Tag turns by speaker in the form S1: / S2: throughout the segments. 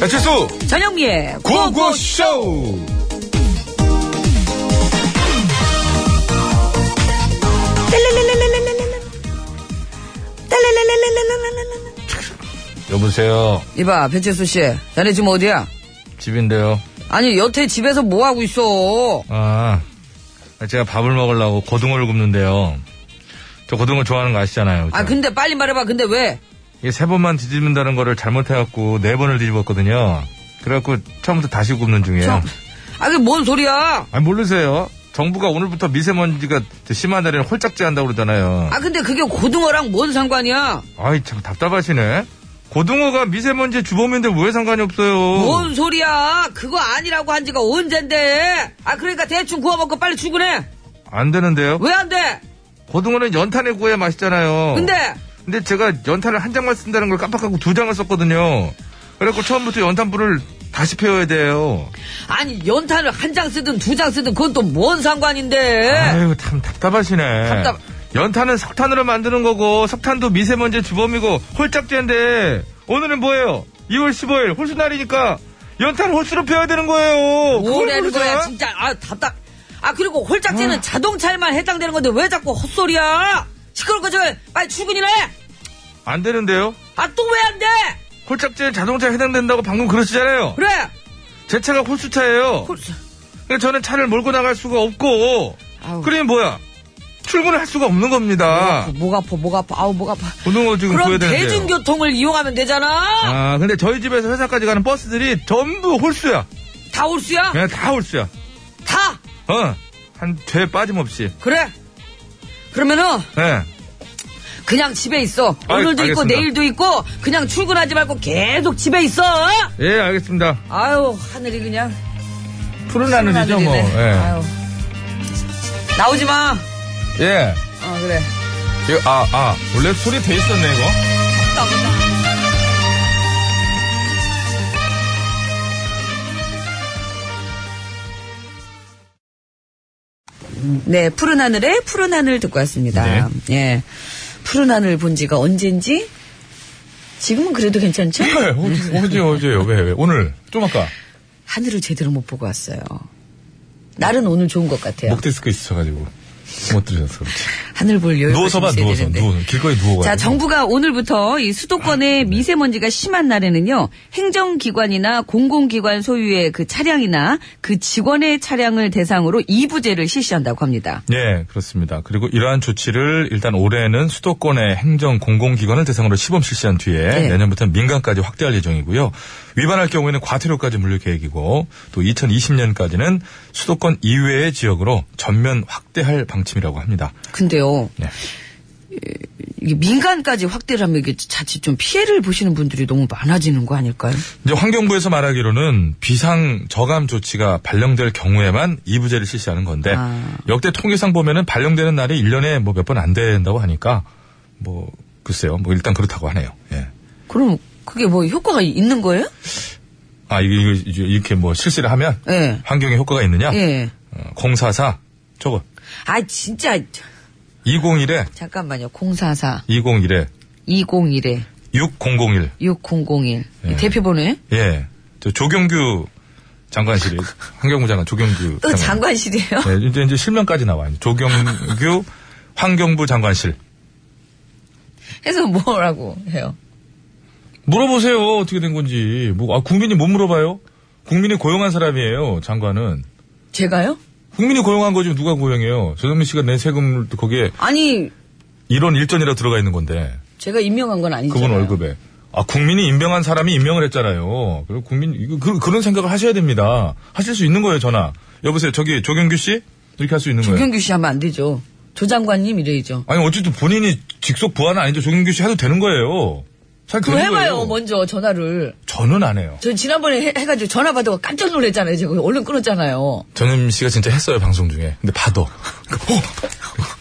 S1: 배칠수
S2: 전영미의
S1: 구호구호쇼 여보세요
S2: 이봐 배채수 씨 자네 지금 어디야?
S1: 집인데요
S2: 아니 여태 집에서 뭐 하고 있어?
S1: 아 제가 밥을 먹으려고 고등어를 굽는데요 저 고등어 좋아하는 거 아시잖아요
S2: 아 근데 빨리 말해봐 근데 왜?
S1: 이게 세 번만 뒤집는다는 거를 잘못해갖고 네 번을 뒤집었거든요 그래갖고 처음부터 다시 굽는 중이에요
S2: 아 그게 뭔 소리야?
S1: 아니 모르세요 정부가 오늘부터 미세먼지가 심한 날에는 홀짝 제한다고 그러잖아요
S2: 아 근데 그게 고등어랑 뭔 상관이야?
S1: 아이 참 답답하시네. 고등어가 미세먼지 주범인데 왜 상관이 없어요?
S2: 뭔 소리야? 그거 아니라고 한 지가 언젠데? 아 그러니까 대충 구워 먹고 빨리 출근해.
S1: 안 되는데요?
S2: 왜 안 돼?
S1: 고등어는 연탄에 구워야 맛있잖아요.
S2: 근데
S1: 근데 제가 연탄을 한 장만 쓴다는 걸 깜빡하고 두 장을 썼거든요. 그래갖고 처음부터 연탄불을 다시 태워야 돼요.
S2: 아니 연탄을 한 장 쓰든 두 장 쓰든 그건 또 뭔 상관인데?
S1: 아유 참 답답하시네.
S2: 네. 답답-
S1: 연탄은 석탄으로 만드는 거고 석탄도 미세먼지 주범이고 홀짝제인데 오늘은 뭐예요? 2월 15일 홀수날이니까 연탄 홀수로 펴야 되는 거예요. 그걸
S2: 뭐라는
S1: 모르잖아?
S2: 거야 진짜 아 답답 아 그리고
S1: 어.
S2: 홀짝지는 자동차에만 해당되는 건데 왜 자꾸 헛소리야 시끄러운 거좀 빨리 출근이나
S1: 안 되는데요?
S2: 해아또 왜 안 돼
S1: 홀짝제 자동차에 해당된다고 방금 그러시잖아요.
S2: 그래 그,
S1: 제 차가 홀수차예요.
S2: 홀수
S1: 그러니까 저는 차를 몰고 나갈 수가 없고
S2: 아우.
S1: 그러면 뭐야? 출근을 할 수가 없는 겁니다.
S2: 그 목 아파 목 아파 아우 목 아파
S1: 고등어 지금 구해야
S2: 그럼
S1: 되는데요.
S2: 대중교통을 이용하면 되잖아
S1: 아 근데 저희 집에서 회사까지 가는 버스들이 전부 홀수야.
S2: 다 홀수야
S1: 그냥 다 홀수야.
S2: 다
S1: 어. 한 죄 빠짐없이.
S2: 그래 그러면은
S1: 예.
S2: 그냥 집에 있어
S1: 아이,
S2: 오늘도 있고
S1: 알겠습니다.
S2: 내일도 있고 그냥 출근하지 말고 계속 집에 있어
S1: 예, 알겠습니다.
S2: 아유 하늘이 그냥
S1: 푸른 하늘이죠, 뭐.
S2: 하늘이네.
S1: 예.
S2: 아유. 나오지 마
S1: 예.
S2: 어, 그래.
S1: 이거, 아, 아. 원래 소리 돼 있었네, 이거.
S2: 네, 푸른 하늘에 푸른 하늘 듣고 왔습니다.
S3: 네.
S2: 예. 푸른 하늘 본 지가 언젠지? 지금은 그래도 괜찮죠?
S3: 네, 어제, 어제, 어제요. 왜, 왜? 오늘, 좀 아까,
S2: 하늘을 제대로 못 보고 왔어요. 날은 오늘 좋은 것 같아요.
S3: 목디스크 있으셔가지고, 못 들으셔서 그렇지.
S2: 하늘 볼 여유가
S3: 누워서 봐,
S2: 좀 있어야
S3: 누워서.
S2: 되는데.
S3: 누워 길거리 누워가지고.
S2: 네, 자, 정부가 오늘부터 이 수도권에 미세먼지가 심한 날에는요, 행정기관이나 공공기관 소유의 그 차량이나 그 직원의 차량을 대상으로 이부제를 실시한다고 합니다.
S3: 예, 그렇습니다. 그리고 이러한 조치를 일단 올해는 수도권의 행정 공공기관을 대상으로 시범 실시한 뒤에
S2: 네.
S3: 내년부터 민간까지 확대할 예정이고요. 위반할 경우에는 과태료까지 물릴 계획이고 또 2020년까지는 수도권 이외의 지역으로 전면 확대할 방침이라고 합니다.
S2: 근데요,
S3: 네.
S2: 이게 민간까지 확대를 하면 이게 자칫 좀 피해를 보시는 분들이 너무 많아지는 거 아닐까요?
S3: 이제 환경부에서 말하기로는 비상 저감 조치가 발령될 경우에만 이부제를 실시하는 건데
S2: 아.
S3: 역대 통계상 보면은 발령되는 날이 1년에 뭐 몇 번 안 된다고 하니까 뭐 글쎄요. 뭐 일단 그렇다고 하네요. 예.
S2: 그럼 그게 뭐 효과가 있는 거예요?
S3: 아, 이거, 이거 이제 이렇게 뭐 실시를 하면
S2: 예.
S3: 환경에 효과가
S1: 아.
S3: 있느냐?
S2: 예.
S3: 어, 044 저거
S2: 아, 진짜.
S3: 201에
S2: 잠깐만요. 044,
S3: 201에
S2: 201에 어,
S3: 6001.
S2: 6001.
S3: 예.
S2: 대표번호에?
S3: 예. 저 조경규 장관실이 환경부 장관 조경규
S2: 또 장관실이에요?
S3: 예, 이제 이제 실명까지 나와. 요 조경규 환경부 장관실.
S2: 해서 뭐라고 해요?
S3: 물어보세요. 어떻게 된 건지. 뭐, 아, 국민이 못 물어봐요? 국민이 고용한 사람이에요, 장관은.
S2: 제가요?
S3: 국민이 고용한 거지 누가 고용해요? 조정민 씨가 내 세금을 또 거기에
S2: 아니,
S3: 1원 1전이라 들어가 있는 건데.
S2: 제가 임명한 건 아니죠.
S3: 그분 월급에. 아, 국민이 임명한 사람이 임명을 했잖아요. 그리고 국민, 이거, 그, 런 생각을 하셔야 됩니다. 하실 수 있는 거예요, 전화. 여보세요, 저기, 조경규 씨? 이렇게 할 수 있는 거예요.
S2: 조경규 씨 하면 안 되죠. 조 장관님 이래야죠.
S3: 아니, 어쨌든 본인이 직속 부하는 아닌데 조경규 씨 해도 되는 거예요. 잘
S2: 그거
S3: 되는
S2: 해봐요,
S3: 거예요.
S2: 먼저 전화를.
S3: 저는 안 해요.
S2: 저 지난번에 해, 가지고 전화 받아서 깜짝 놀랐잖아요. 제가 얼른 끊었잖아요.
S3: 전현미 씨가 진짜 했어요 방송 중에. 근데 받아. 어!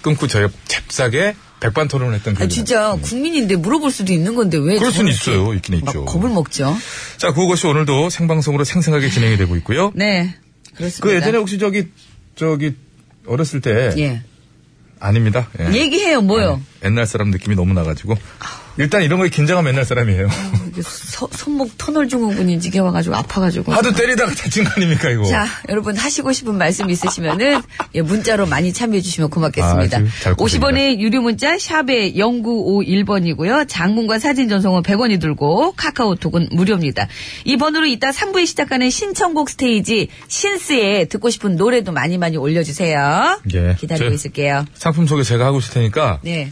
S3: 끊고 저희가 잽싸게 백반 토론을 했던
S2: 아,
S3: 기억이
S2: 진짜 국민인데 물어볼 수도 있는 건데 왜.
S3: 나요. 음. 그럴 수는
S2: 저렇게
S3: 있어요. 있긴
S2: 막
S3: 있죠.
S2: 겁을 먹죠.
S3: 자, 그것이 오늘도 생방송으로 생생하게 진행이 되고 있고요.
S2: 네. 그렇습니다.
S3: 그 예전에 혹시 저기 저기 어렸을 때
S2: 예.
S3: 아닙니다. 예.
S2: 얘기해요, 뭐요?
S3: 옛날 사람 느낌이 너무 나가지고
S1: 일단 이런 거에 긴장하면 맨날 사람이에요.
S3: 네.
S2: 이게 서- 손목 터널 증후군인지 이게 와가지고 아파가지고.
S1: 하도 때리다가 다친 거 아닙니까, 이거?
S2: 자, 여러분 하시고 싶은 말씀 있으시면은 예, 문자로 많이 참여해 주시면 고맙겠습니다.
S1: 아주 잘 고집니다.
S2: 50원의 유료 문자 샵에 0951번이고요. 장문과 사진 전송은 100원이 들고 카카오톡은 무료입니다. 이 번호로 이따 3부에 시작하는 신청곡 스테이지 신스에 듣고 싶은 노래도 많이 많이 올려 주세요.
S1: 예.
S2: 기다리고
S1: 저-
S2: 있을게요.
S1: 상품 소개 제가 하고 있을 테니까
S2: 네.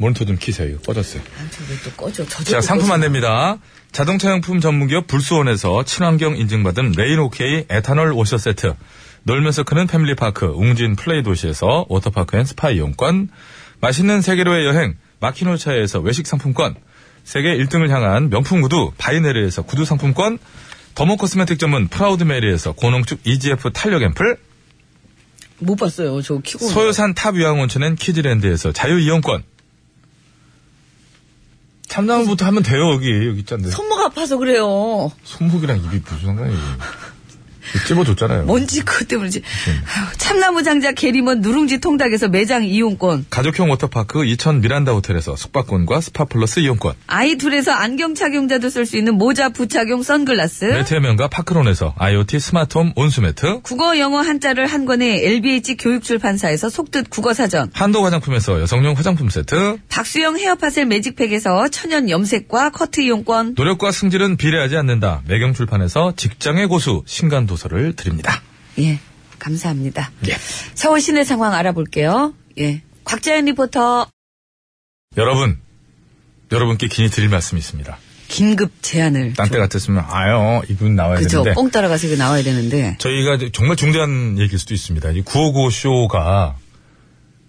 S1: 모니터 좀 키세요. 이거 꺼졌어요.
S2: 아무튼 이거 또 꺼져. 저절로
S1: 자, 상품
S2: 꺼져.
S1: 안내입니다. 자동차 용품 전문기업 불수원에서 친환경 인증받은 레인오케이 에탄올 오셔 세트. 놀면서 크는 패밀리파크 웅진 플레이 도시에서 워터파크 앤 스파 이용권. 맛있는 세계로의 여행 마키노차에서 외식 상품권. 세계 1등을 향한 명품 구두 바이네르에서 구두 상품권. 더모 코스메틱 전문 프라우드메리에서 고농축 EGF 탄력 앰플.
S2: 못 봤어요. 저 키고 오는 거.
S1: 소요산 탑 유황 온천엔 키즈랜드에서 자유 이용권. 참나무부터 하면 돼요, 여기. 여기 있잖아요.
S2: 손목 아파서 그래요.
S1: 손목이랑 입이 무슨 상관이에요? 찝어줬잖아요.
S2: 뭔지 그것 때문인지
S1: 네.
S2: 아유, 참나무 장작 계림원 누룽지 통닭에서 매장 이용권
S1: 가족형 워터파크 이천 미란다 호텔에서 숙박권과 스파플러스 이용권.
S2: 아이 둘에서 안경 착용자도 쓸 수 있는 모자 부착용 선글라스
S1: 매트의 명가 파크론에서 IoT 스마트홈 온수매트.
S2: 국어 영어 한자를 한 권에 LBH 교육출판사에서 속뜻 국어사전
S1: 한도 화장품에서 여성용 화장품 세트.
S2: 박수영 헤어파셀 매직팩에서 천연 염색과 커트 이용권
S1: 노력과 승질은 비례하지 않는다. 매경출판에서 직장의 고수 신간도서를 드립니다.
S2: 예 감사합니다
S1: 예.
S2: 서울 시내 상황 알아볼게요 예 곽자연 리포터
S1: 여러분, 여러분께 긴히 드릴 말씀이 있습니다.
S2: 긴급 제안을
S1: 딴 때 같았으면 아요 이분 나와야
S2: 그죠
S1: 되는데
S2: 뽕 따라가서 이거 나와야 되는데
S1: 저희가 이제 정말 중대한 얘기일 수도 있습니다. 이 955 쇼가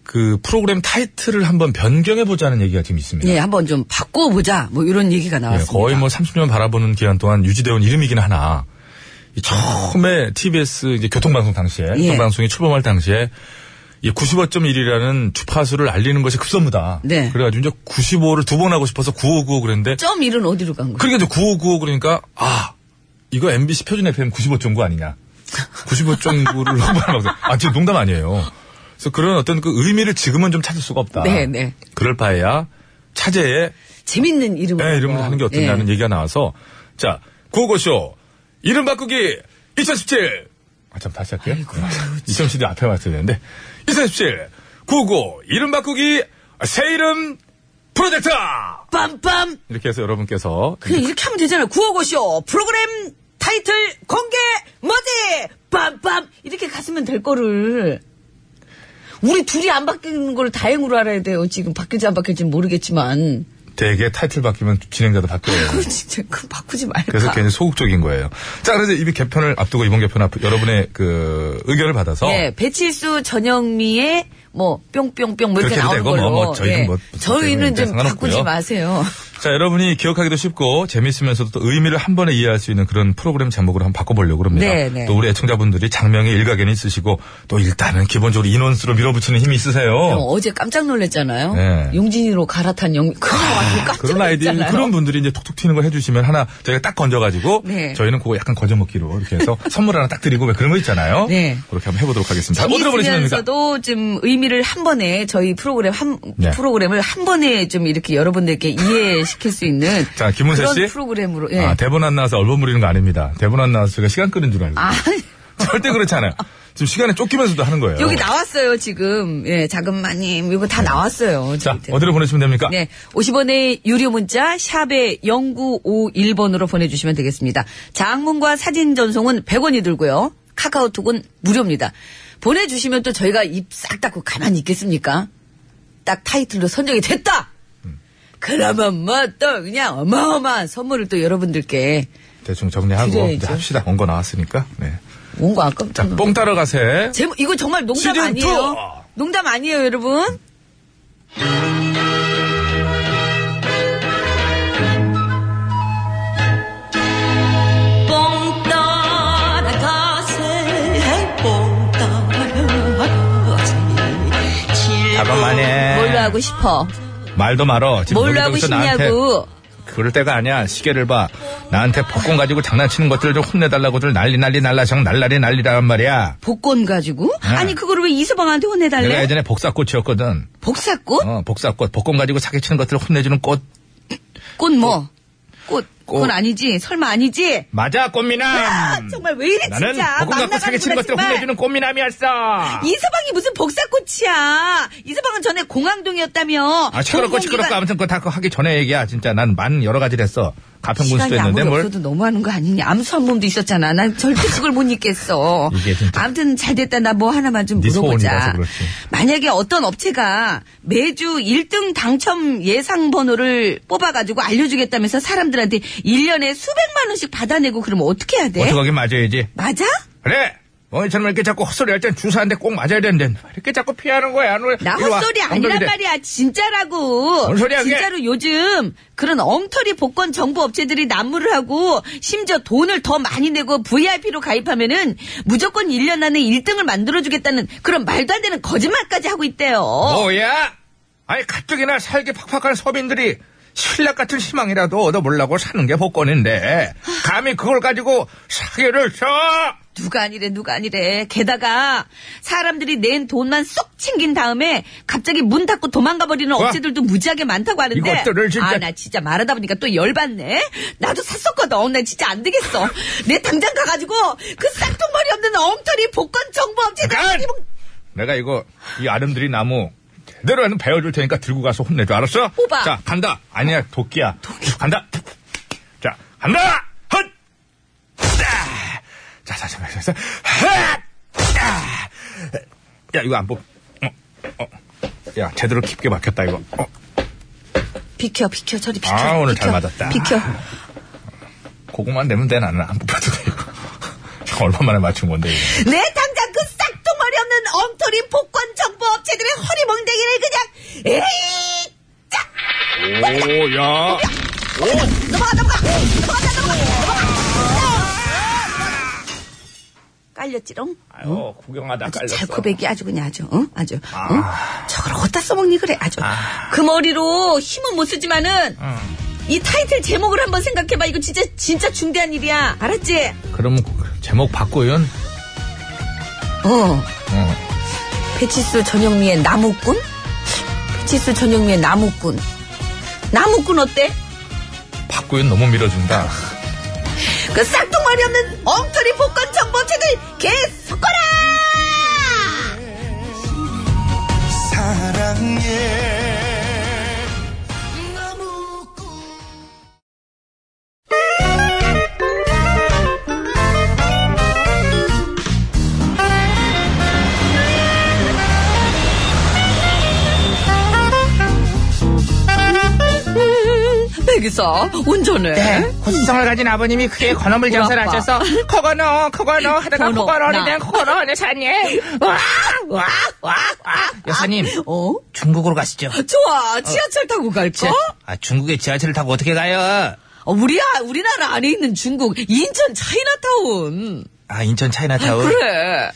S1: 그 프로그램 타이틀을 한번 변경해 보자는 얘기가 지금 있습니다.
S2: 예 한번 좀 바꿔보자 뭐 이런 얘기가
S1: 예,
S2: 나왔습니다
S1: 거의 뭐 30년 바라보는 기간 동안 유지되어 온 이름이긴 하나. 이 처음에 TBS 이제 교통방송 당시에
S2: 예.
S1: 교통방송이 출범할 당시에 이 95.1이라는 주파수를 알리는 것이 급선무다.
S2: 네.
S1: 그래가지고 이제 95를 두 번 하고 싶어서 9595 그랬는데
S2: 점 1은 어디로 간 거예요?
S1: 그러니까 이제 9595 그러니까 아 이거 MBC 표준 FM 95.9 아니냐 95.9를 홍보하는 거죠. 아 지금 농담 아니에요. 그래서 그런 어떤 그 의미를 지금은 좀 찾을 수가 없다.
S2: 네, 네.
S1: 그럴 바에야 차제에
S2: 재밌는 이름을.
S1: 애 네, 이름을 하는 게
S2: 예.
S1: 어떠냐는 얘기가 나와서 자 구호고쇼 이름 바꾸기 2017. 아 참 다시 할게요.
S2: 아이고, 아이고,
S1: 2017 앞에 왔어야 되는데 2017 구호고 이름 바꾸기 새 이름 프로젝트
S2: 빰빰!
S1: 이렇게 해서 여러분께서
S2: 그냥 이렇게 하면 되잖아요. 구호고쇼 프로그램 타이틀 공개 뭐지? 빰빰! 이렇게 갔으면 될 거를. 우리 둘이 안 바뀌는 걸 다행으로 알아야 돼요. 지금 바뀔지 안 바뀔지 는 모르겠지만.
S1: 되게 타이틀 바뀌면 진행자도 바뀌어요.
S2: 그거 진짜, 그 바꾸지 말까.
S1: 그래서 괜히 소극적인 거예요. 자, 그래서 이번 개편을 앞두고 이번 개편 앞 여러분의 그 의견을 받아서
S2: 예, 배칠수 전영미의 뭐 뿅뿅뿅 뭐
S1: 그렇게
S2: 이렇게
S1: 해도
S2: 나오는
S1: 되고,
S2: 걸로.
S1: 뭐, 뭐 저희는
S2: 예.
S1: 뭐
S2: 저희는 좀
S1: 상관없고요.
S2: 바꾸지 마세요.
S1: 자, 여러분이 기억하기도 쉽고 재밌으면서도 또 의미를 한 번에 이해할 수 있는 그런 프로그램 제목으로 한번 바꿔보려고 합니다.
S2: 네, 네.
S1: 또 우리 애청자분들이 장명의 일가견이 있으시고 또 일단은 기본적으로 인원수로 밀어붙이는 힘이
S2: 형,
S1: 있으세요.
S2: 어제 깜짝 놀랐잖아요.
S1: 네.
S2: 용진이로 갈아탄 영 그거 완전 깜짝
S1: 그런 아이디
S2: 놀랐잖아요.
S1: 그런 분들이 이제 톡톡 튀는 걸 해주시면 하나 저희가 딱 건져가지고
S2: 네.
S1: 저희는 그거 약간 거저먹기로 이렇게 해서 선물 하나 딱 드리고 왜 그런 거 있잖아요.
S2: 네.
S1: 그렇게 한번 해보도록 하겠습니다. 뭐 들어보내시면 됩니까?
S2: 재미있으면서도 좀 의미를 한 번에 저희 프로그램 한
S1: 네.
S2: 프로그램을 한 번에 좀 이렇게 여러분들께 이해시킬 수 있는
S1: 자, 김문세
S2: 그런
S1: 씨.
S2: 프로그램으로 예.
S1: 아, 대본 안 나와서 얼버 무리는 거 아닙니다. 대본 안 나와서 제가 시간 끄는 줄 알고.
S2: 아,
S1: 절대 그렇지 않아요. 지금 시간에 쫓기면서도 하는 거예요.
S2: 여기 나왔어요 지금 예 자금마님 이거 다 나왔어요
S1: 네. 자,
S2: 저한테.
S1: 어디로 보내시면 됩니까?
S2: 네, 50원의 유료 문자 샵에 0951번으로 보내주시면 되겠습니다. 장문과 사진 전송은 100원이 들고요. 카카오톡은 무료입니다. 보내주시면 또 저희가 입 싹 닫고 가만히 있겠습니까? 딱 타이틀로 선정이 됐다! 그러면 뭐 또 그냥 어마어마한 선물을 또 여러분들께
S1: 대충 정리하고
S2: 그래야죠. 어.
S1: 이제 합시다. 원고 나왔으니까. 네.
S2: 온 거 아까
S1: 자, 뽕 따러 가세.
S2: 제목 이거 정말 농담
S1: 시즌
S2: 아니에요.
S1: 투!
S2: 농담 아니에요, 여러분. 뽕 따라가세, 네, 뽕 따라가세.
S1: 잠깐만해.
S2: 뭘로 하고 싶어?
S1: 말도 말어. 지금
S2: 뭘로 하고
S1: 여기저기서
S2: 싶냐고.
S1: 그럴 때가 아니야. 시계를 봐. 나한테 복권 가지고 장난치는 것들을 좀 혼내달라고들 난리 난리 날라정 날라리 난리란 말이야.
S2: 복권 가지고?
S1: 네.
S2: 아니 그거를 왜 이서방한테 혼내달래?
S1: 내가 예전에 복사꽃이었거든.
S2: 복사꽃?
S1: 어, 복사꽃. 복권 가지고 사기치는 것들을 혼내주는 꽃.
S2: 꽃 뭐? 꽃. 꽃.
S3: 꽃.
S2: 아니지. 설마 아니지?
S1: 맞아,
S2: 아,
S1: 꽃미남.
S2: 정말 왜 이래
S1: 음. 나는
S2: 진짜.
S1: 복음 갖고
S2: 막
S1: 사기치는
S2: 나가는구나,
S1: 것들을
S2: 정말.
S1: 혼내주는 꽃미남이었어.
S2: 이서방이 무슨 복사꽃이야. 이서방은 전에 공항동이었다며.
S1: 아, 시끄럽고
S2: 공공기관-
S1: 시끄럽고 아무튼 그거 다 그거 하기 전에 얘기야. 진짜 난 많은 여러 가지를 했어. 가평군수도
S2: 시간이
S1: 했는데
S2: 아무리
S1: 뭘.
S2: 없어도 너무하는 거 아니냐. 암수한 몸도 있었잖아. 난 절대 그걸 못 잊겠어.
S1: 이게 진짜.
S2: 아무튼 잘 됐다. 나 뭐 하나만 좀
S1: 네
S2: 물어보자.
S1: 소원이라서 그렇지.
S2: 만약에 어떤 업체가 매주 1등 당첨 예상 번호를 뽑아가지고 알려주겠다면서 사람들한테 1년에 수백만 원씩 받아내고 그러면 어떻게 해야 돼?
S1: 어떡하긴 맞아야지.
S2: 맞아?
S1: 그래! 어, 이처럼 이렇게 자꾸 헛소리 할 땐 주사한데 꼭 맞아야 되는데. 이렇게 자꾸 피하는 거야. 안 그래.
S2: 나
S1: 이리 와.
S2: 헛소리
S1: 엉덩이
S2: 아니란
S1: 대.
S2: 말이야. 진짜라고.
S1: 뭔 소리야, 그게?
S2: 진짜로 요즘 그런 엉터리 복권 정보 업체들이 난무를 하고 심지어 돈을 더 많이 내고 VIP로 가입하면은 무조건 1년 안에 1등을 만들어주겠다는 그런 말도 안 되는 거짓말까지 하고 있대요.
S1: 뭐야? 아니, 가뜩이나 살기 팍팍한 서민들이 신락 같은 희망이라도 얻어보려고 사는 게 복권인데,
S2: 아.
S1: 감히 그걸 가지고 사기를 쳐!
S2: 누가 아니래 누가 아니래 게다가 사람들이 낸 돈만 쏙 챙긴 다음에 갑자기 문 닫고 도망가 버리는
S1: 와.
S2: 업체들도 무지하게 많다고 하는데
S1: 이것들을 진짜-
S2: 아 나 진짜 말하다 보니까 또 열받네 나도 샀었거든 나 진짜 안 되겠어 내 당장 가가지고 그 쌍통머리 없는 엉터리 복권 정보 업체들 뭐
S1: 잠깐! 내가 이거, 이 아름드리 나무, 제대로 하는 베어줄 테니까 들고 가서 혼내줘. 알았어?
S2: 오빠.
S1: 자, 간다. 아니야, 도끼야. 간다. 자, 간다! 헛! 자, 자, 자, 자, 자, 자. 헛! 자. 야, 이거 안 뽑, 어, 어. 야, 제대로 깊게 막혔다, 이거. 어.
S2: 비켜 비켜 저리 비켜
S1: 아, 오늘
S2: 비켜,
S1: 잘 맞았다.
S2: 비켜
S1: 그거만 내면 돼 나는 안 뽑혀도 돼 이거 이거 얼마만에 맞춘 건데 이거.
S2: 내 당장 그 쌍통머리 없는 엉터리 복권 정보 업체들의 허리멍댕이를 그냥 에이 짜
S1: 오야
S2: 넘어가 넘어가 넘어가 넘어가 깔렸지롱?
S1: 아유 구경하다
S2: 아주
S1: 깔렸어
S2: 잘 고백이 아주 그냥 아주 응? 아주 응?
S1: 아.
S2: 저걸 어디다 써먹니 그래 아주 그 머리로 힘은 못 쓰지만은 이 타이틀 제목을 한번 생각해봐 이거 진짜 진짜 중대한 일이야 알았지?
S1: 그럼 그 제목 바꾸윤
S2: 어
S1: 응.
S2: 배치수 전영미의 나무꾼? 배치수 전영미의 나무꾼 나무꾼 어때?
S1: 바꾸윤 너무 밀어준다
S2: 그 쌍둥머리 없는 엉터리 복권 정보책을 개섞어라! 음, 음. 백이사 운전해.
S1: 네, 고수성을 가진 아버님이 크게 건어물
S2: 장사를 아빠. 하셔서
S1: 코건어 코건어 하다가
S2: 건어, 코건어를 나. 낸
S1: 코건어 여사님
S2: 와, 와, 와.
S1: 여사님 어.
S2: 어?
S1: 중국으로 가시죠
S2: 좋아. 지하철 타고 갈까?
S1: 아 중국에 지하철을 타고 어떻게 가요
S2: 어, 우리야, 우리나라 안에 있는 중국, 인천 차이나타운.
S1: 아 인천 차이나타운
S2: 그래.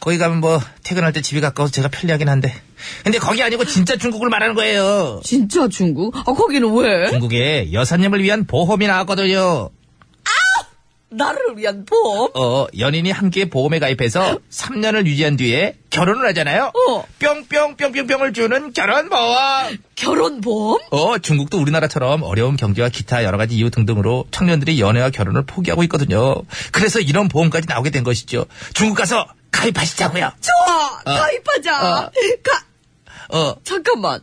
S1: 거기 가면 뭐 퇴근할 때 집이 가까워서 제가 편리하긴 한데 근데 거기 아니고 진짜 중국을 말하는 거예요
S2: 진짜 중국? 아, 거기는 왜?
S1: 중국에 여사님을 위한 보험이 나왔거든요
S2: 나를 위한 보험?
S1: 어, 연인이 함께 보험에 가입해서 3년을 유지한 뒤에 결혼을 하잖아요
S2: 어.
S1: 뿅뿅뿅뿅뿅을 주는 결혼보험
S2: 결혼보험?
S1: 어, 중국도 우리나라처럼 어려운 경제와 기타 여러 가지 이유 등등으로 청년들이 연애와 결혼을 포기하고 있거든요 그래서 이런 보험까지 나오게 된 것이죠 중국 가서 가입하시자고요
S2: 좋아! 가입하자!
S1: 어.
S2: 가,
S1: 어,
S2: 잠깐만.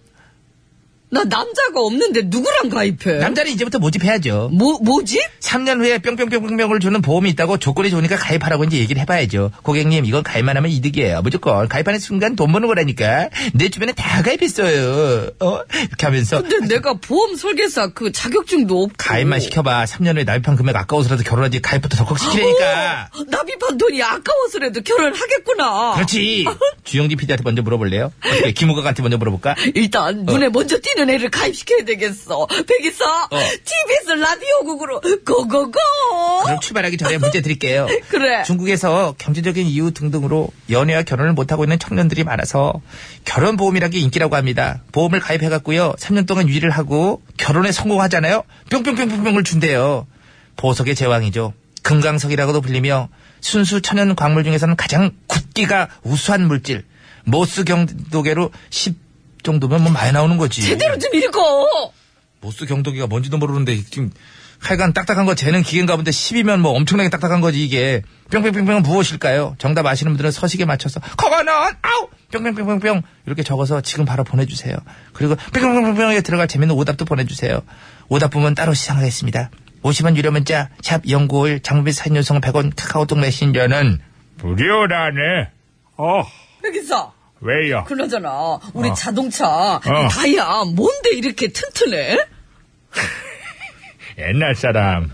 S2: 나 남자가 없는데 누구랑 가입해?
S1: 남자는 이제부터 모집해야죠
S2: 뭐, 뭐지?
S1: 3년 후에 뿅뿅뿅뿅뿅을 주는 보험이 있다고 조건이 좋으니까 가입하라고 이제 얘기를 해봐야죠. 고객님, 이건 가입만 하면 이득이에요. 무조건. 가입하는 순간 돈 버는 거라니까. 내 주변에 다 가입했어요. 어? 이렇게 하면서.
S2: 근데 음. 내가 보험 설계사 그 자격증도 없고.
S1: 가입만 시켜봐. 3년 후에 납입한 금액 아까워서라도 결혼하지 가입부터 덜컥시키라니까.
S2: 어, 납입한 돈이 아까워서라도 결혼하겠구나.
S1: 그러니까. 그렇지.
S2: 아.
S1: 주영지 PD한테 먼저 물어볼래요? 어떻게, 김우가한테 먼저 물어볼까?
S2: 일단 눈에 먼저 띄는 애를 가입시켜야 되겠어. 백이사 TBS 라디오국으로 고고고.
S1: 그럼 출발하기 전에 문제 드릴게요.
S2: 그래.
S1: 중국에서 경제적인 이유 등등으로 연애와 결혼을 못하고 있는 청년들이 많아서 결혼보험이라는 게 인기라고 합니다. 보험을 가입해갖고요. 3년 동안 유지를 하고 결혼에 성공하잖아요. 뿅뿅뿅뿅뿅을 준대요. 보석의 제왕이죠. 금강석이라고도 불리며 순수 천연 광물 중에서는 가장 굵기가 우수한 물질. 모스 경도계로 10 정도면 뭐 많이 나오는 거지.
S2: 제대로 좀 읽어.
S1: 보스 경도기가 뭔지도 모르는데 지금 하여간 딱딱한 거 재는 기계인가 본데 10이면 뭐 엄청나게 딱딱한 거지 이게 뿅뿅뿅뿅은 무엇일까요? 정답 아시는 분들은 서식에 맞춰서 그거는 아우 뿅뿅뿅뿅뿅 이렇게 적어서 지금 바로 보내주세요. 그리고 뿅뿅뿅뿅에 들어갈 재밌는 오답도 보내주세요. 오답 부분 따로 시상하겠습니다. 50원 유료 문자 샵 연구일 장무비 사인 요청 100원 카카오톡 메신저는
S3: 무료라네. 어,
S2: 여기서
S3: 왜요?
S2: 그러잖아. 우리
S1: 어.
S2: 자동차 다이아 뭔데 이렇게 튼튼해?
S3: 옛날 사람.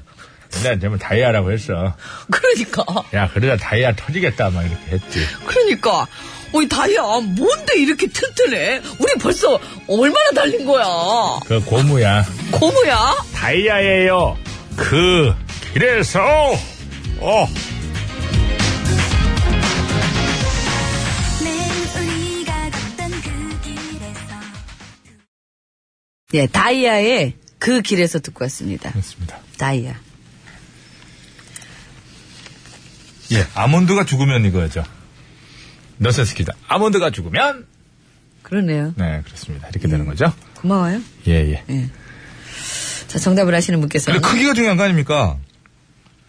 S3: 옛날 되면 다이아라고 했어.
S2: 그러니까
S3: 야, 그러다 다이아 터지겠다, 막 이렇게 했지.
S2: 그러니까 우리 다이아 뭔데 이렇게 튼튼해? 우리 벌써 얼마나 달린 거야?
S3: 그 고무야.
S2: 고무야?
S3: 다이아예요. 그, 그래서, 어,
S4: 매일 우리가 걷던 그 길에서
S2: 예, 다이아의 그 길에서 듣고 왔습니다.
S3: 그렇습니다.
S2: 다이아.
S3: 예, 아몬드가 죽으면 이거죠. 너세스 기자. 아몬드가 죽으면?
S2: 그러네요.
S3: 네, 그렇습니다. 이렇게 되는 거죠.
S2: 고마워요.
S3: 예, 예.
S2: 자, 정답을 아시는
S3: 근데
S2: 분께서는
S3: 크기가 중요한 거 아닙니까?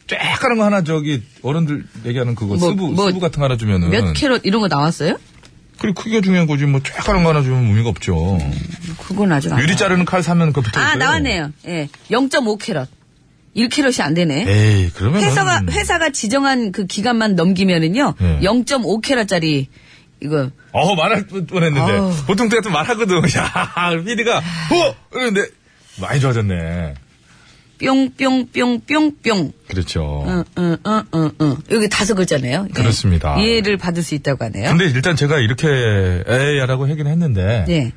S3: 쬐까는 거 하나 저기 어른들 얘기하는 그거
S2: 뭐,
S3: 스부,
S2: 뭐,
S3: 스부 같은 거 하나 주면은.
S2: 몇 캐럿 이런 거 나왔어요?
S3: 그리고 크기가 중요한 거지. 뭐 쬐까는 거 하나 주면 의미가 없죠.
S2: 그건 아직 안
S3: 유리
S2: 나와요.
S3: 자르는 칼 사면 그거 붙어
S2: 아,
S3: 있어요.
S2: 나왔네요. 예. 0.5 캐럿. 1 캐럿이 안 되네.
S3: 에이, 그러면.
S2: 회사가 회사가 지정한 그 기간만 넘기면은요.
S3: 음. 예.
S2: 0.5 캐럿짜리 이거
S3: 어, 말할 뻔했는데.
S2: 아우.
S3: 보통 때가 좀 말하거든. 야, PD가, 어! 이러는데, 많이 좋아졌네.
S2: 뿅뿅뿅뿅뿅. 어,
S3: 그렇죠.
S2: 응응응응응. 어. 여기 다섯 글자네요. 예.
S3: 그렇습니다.
S2: 이해를 받을 수 있다고 하네요.
S3: 근데 일단 제가 이렇게, 에이야라고 하긴 했는데,
S2: 예.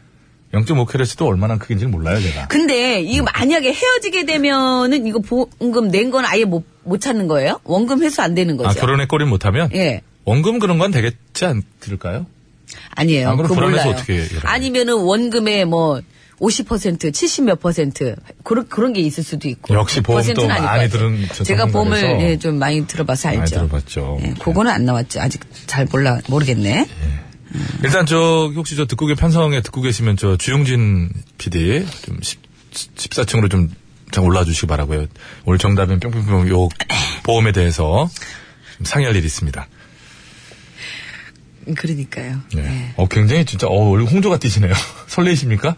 S3: 0.5캐럿도 얼마나 크긴지 몰라요, 제가. 아,
S2: 근데 이거 만약에 헤어지게 되면은 이거 보험금 낸 건 아예 못, 못 찾는 거예요? 원금 회수 안 되는 거죠?
S3: 아, 결혼에 꼬리 못하면?
S2: 그렇죠. 예.
S3: 원금 그런 건 되겠지 않을까요?
S2: 아니에요.
S3: 아, 그럼
S2: 그거
S3: 불안해서
S2: 몰라요.
S3: 어떻게 해요?
S2: 아니면은 원금의 뭐 50%, 70몇 퍼센트 그런 그런 게 있을 수도 있고.
S3: 역시 보험도
S2: 퍼센트는 아닐
S3: 많이
S2: 것 같아요.
S3: 들은 저
S2: 제가
S3: 전문가라서
S2: 보험을 예, 좀 많이 들어봐서
S3: 많이
S2: 알죠.
S3: 들어봤죠.
S2: 예, 그거는 안 나왔죠. 아직 잘 몰라 모르겠네.
S3: 일단 저, 혹시 저 듣고 계, 편성에 듣고 계시면 저 주용진 PD, 좀 10, 14층으로 좀, 잠 올라와 주시기 바라고요 오늘 정답은 뿅뿅뿅 요 보험에 대해서 좀 상의할 일이 있습니다.
S2: 그러니까요.
S3: 예.
S2: 예.
S3: 어, 굉장히 진짜, 어, 얼굴 홍조가 뛰시네요. 설레십니까?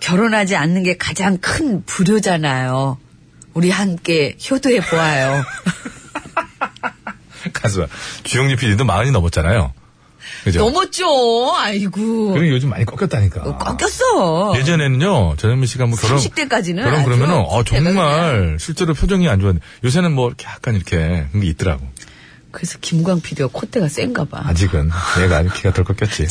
S2: 결혼하지 않는 게 가장 큰 불효잖아요. 우리 함께 효도해 보아요.
S3: 예. 가수. 주영진 PD도 마흔이 넘었잖아요. 그죠?
S2: 넘었죠. 아이고.
S3: 그리고 요즘 많이 꺾였다니까.
S2: 어, 꺾였어.
S3: 그러니까. 예전에는요, 전현미 씨가 뭐 결혼.
S2: 30대까지는
S3: 결혼 그러면은,
S2: 아주
S3: 어, 정말, 실제로 표정이 안 좋았는데, 요새는 뭐, 이렇게 약간 이렇게, 그런 게 있더라고.
S2: 그래서 김광 PD가 콧대가 센가 봐.
S3: 아직은. 얘가 아직 키가 덜 꺾였지.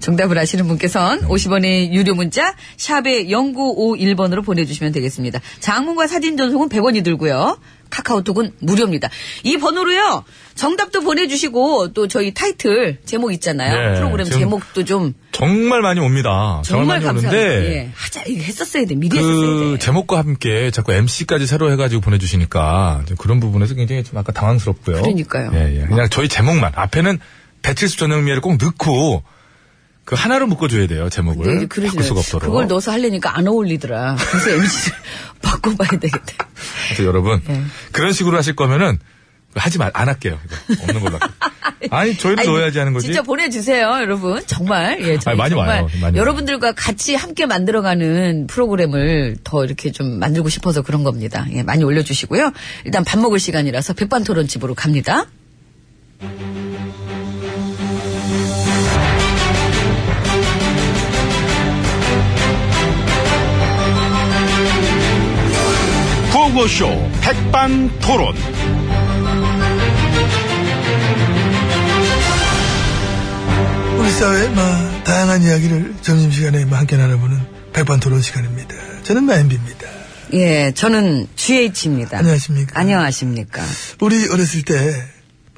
S2: 정답을 아시는
S3: 네.
S2: 분께선 50원의 유료 문자 샵에 0951번으로 보내주시면 되겠습니다. 장문과 사진 전송은 100원이 들고요. 카카오톡은 무료입니다. 이 번호로요. 정답도 보내주시고 또 저희 타이틀 제목 있잖아요.
S3: 네,
S2: 프로그램
S3: 지금
S2: 제목도 좀
S3: 정말 많이 옵니다.
S2: 정말
S3: 정말, 많이 오는데,
S2: 감사합니다. 예. 하자 이거 했었어야 돼. 미리 했었어야
S3: 그,
S2: 돼.
S3: 제목과 함께 자꾸 MC까지 새로 해가지고 보내주시니까, 좀 그런 부분에서 굉장히 좀 아까 당황스럽고요.
S2: 그러니까요.
S3: 예, 예. 그냥 저희 제목만, 앞에는 배칠수 전영미를 꼭 넣고, 그 하나로 묶어줘야 돼요,
S2: 근데 네, 이제
S3: 제목을.
S2: 그러지
S3: 바꿀 수가
S2: 않아요.
S3: 없도록.
S2: 그걸 넣어서 하려니까 안 어울리더라. 그래서 MC를 바꿔봐야 되겠다.
S3: 그래서 여러분
S2: 네.
S3: 그런 식으로 하실 거면은 하지 말 안 할게요. 이거. 없는 걸로 할게요. 아니 저희도
S2: 아니,
S3: 넣어야지 하는 거지.
S2: 진짜 보내주세요, 여러분. 정말. 예, 저희
S3: 아니, 많이
S2: 정말
S3: 와요. 많이
S2: 여러분들과 같이 함께 만들어가는 프로그램을 더 이렇게 좀 만들고 싶어서 그런 겁니다. 예, 많이 올려주시고요. 일단 밥 먹을 시간이라서 백반 토론 집으로 갑니다.
S5: 구호쇼 백반 토론.
S6: 우리 사회의 막 다양한 이야기를 점심시간에 막 함께 나눠보는 백반 토론 시간입니다. 저는 마엠비입니다.
S2: 예, 저는 GH입니다.
S6: 안녕하십니까.
S2: 안녕하십니까.
S6: 우리 어렸을 때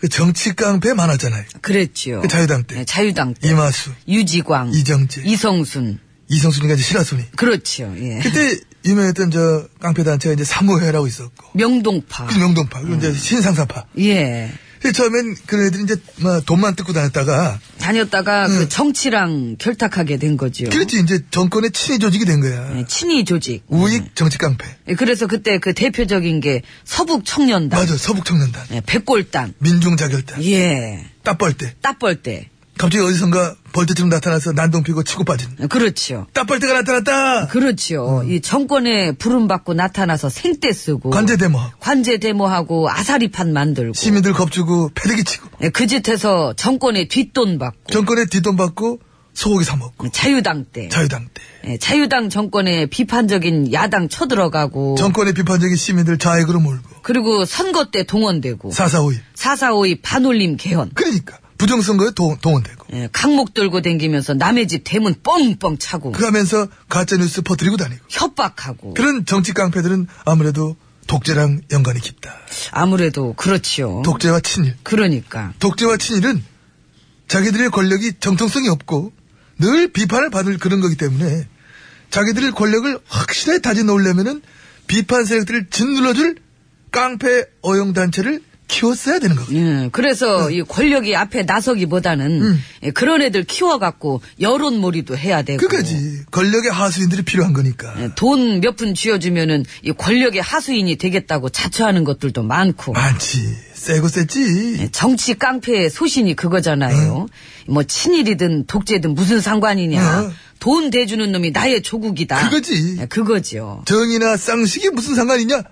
S6: 그 정치 깡패 많았잖아요.
S2: 그랬죠.
S6: 그 자유당 때.
S2: 예, 자유당 때.
S6: 이마수,
S2: 유지광.
S6: 이정재.
S2: 이성순.
S6: 이성순이가 이제 신하순이.
S2: 그렇죠. 예.
S6: 그때 유명했던 저 깡패 단체가 이제 사모회라고 있었고.
S2: 명동파.
S6: 그 명동파, 그리고 이제 신상사파.
S2: 예.
S6: 처음엔 그런 애들이 이제 막 돈만 뜯고 다녔다가
S2: 다녔다가 그 정치랑 결탁하게 된 거죠.
S6: 그렇지 이제 정권의 친위 조직이 된 거야.
S2: 네, 친위 조직.
S6: 우익 정치 깡패.
S2: 예, 그래서 그때 그 대표적인 게 서북 청년단,
S6: 맞아 서북 청년단,
S2: 예, 백골단,
S6: 민중 자결단,
S2: 예,
S6: 따뻘대.
S2: 따뻘대.
S6: 갑자기 어디선가 벌떼처럼 나타나서 난동 피고 치고 빠진.
S2: 예, 그렇죠.
S6: 따뻘대가 나타났다.
S2: 그렇죠. 이 정권에 부름받고 나타나서 생떼 쓰고
S6: 어. 관제 데모.
S2: 관제 데모하고 아사리판 만들고
S6: 시민들 겁주고 패대기 치고
S2: 예, 그 짓해서 정권에 뒷돈 받고
S6: 정권에 뒷돈 받고 소고기 사 먹고
S2: 자유당 때
S6: 자유당 때
S2: 예, 자유당 정권에 비판적인 야당 쳐들어가고
S6: 정권의 비판적인 시민들 좌익으로 몰고
S2: 그리고 선거 때 동원되고
S6: 사사오입.
S2: 4452 반올림 개헌
S6: 그러니까 부정선거에 동, 동원되고
S2: 예, 강목 들고 댕기면서 남의 집 대문 뻥뻥 차고
S6: 그러면서 가짜 뉴스 퍼뜨리고 다니고
S2: 협박하고
S6: 그런 정치 깡패들은 아무래도 독재랑 연관이 깊다.
S2: 아무래도 그렇지요.
S6: 독재와 친일.
S2: 그러니까
S6: 독재와 친일은 자기들의 권력이 정통성이 없고 늘 비판을 받을 그런 거기 때문에 자기들의 권력을 확실하게 다져놓으려면은 비판 세력들을 짓눌러줄 깡패 어용단체를 키웠어야 되는 거거든요.
S2: 예, 그래서
S6: 음.
S2: 이 권력이 앞에 나서기보다는 예, 그런 애들 키워갖고 여론몰이도 해야 되고 예,
S6: 그거지. 권력의 하수인들이 필요한 거니까.
S2: 돈 몇 푼 쥐어주면은 이 권력의 하수인이 되겠다고 자처하는 것들도 많고
S6: 아. 많지. 세고 셌지.
S2: 예, 정치 깡패의 소신이 그거잖아요.
S6: 어.
S2: 뭐 친일이든 독재든 무슨 상관이냐.
S6: 응.
S2: 돈 대주는 놈이 나의 조국이다.
S6: 어. 그거지.
S2: 예, 그거지요.
S6: 정의나 쌍식이 무슨 상관이냐?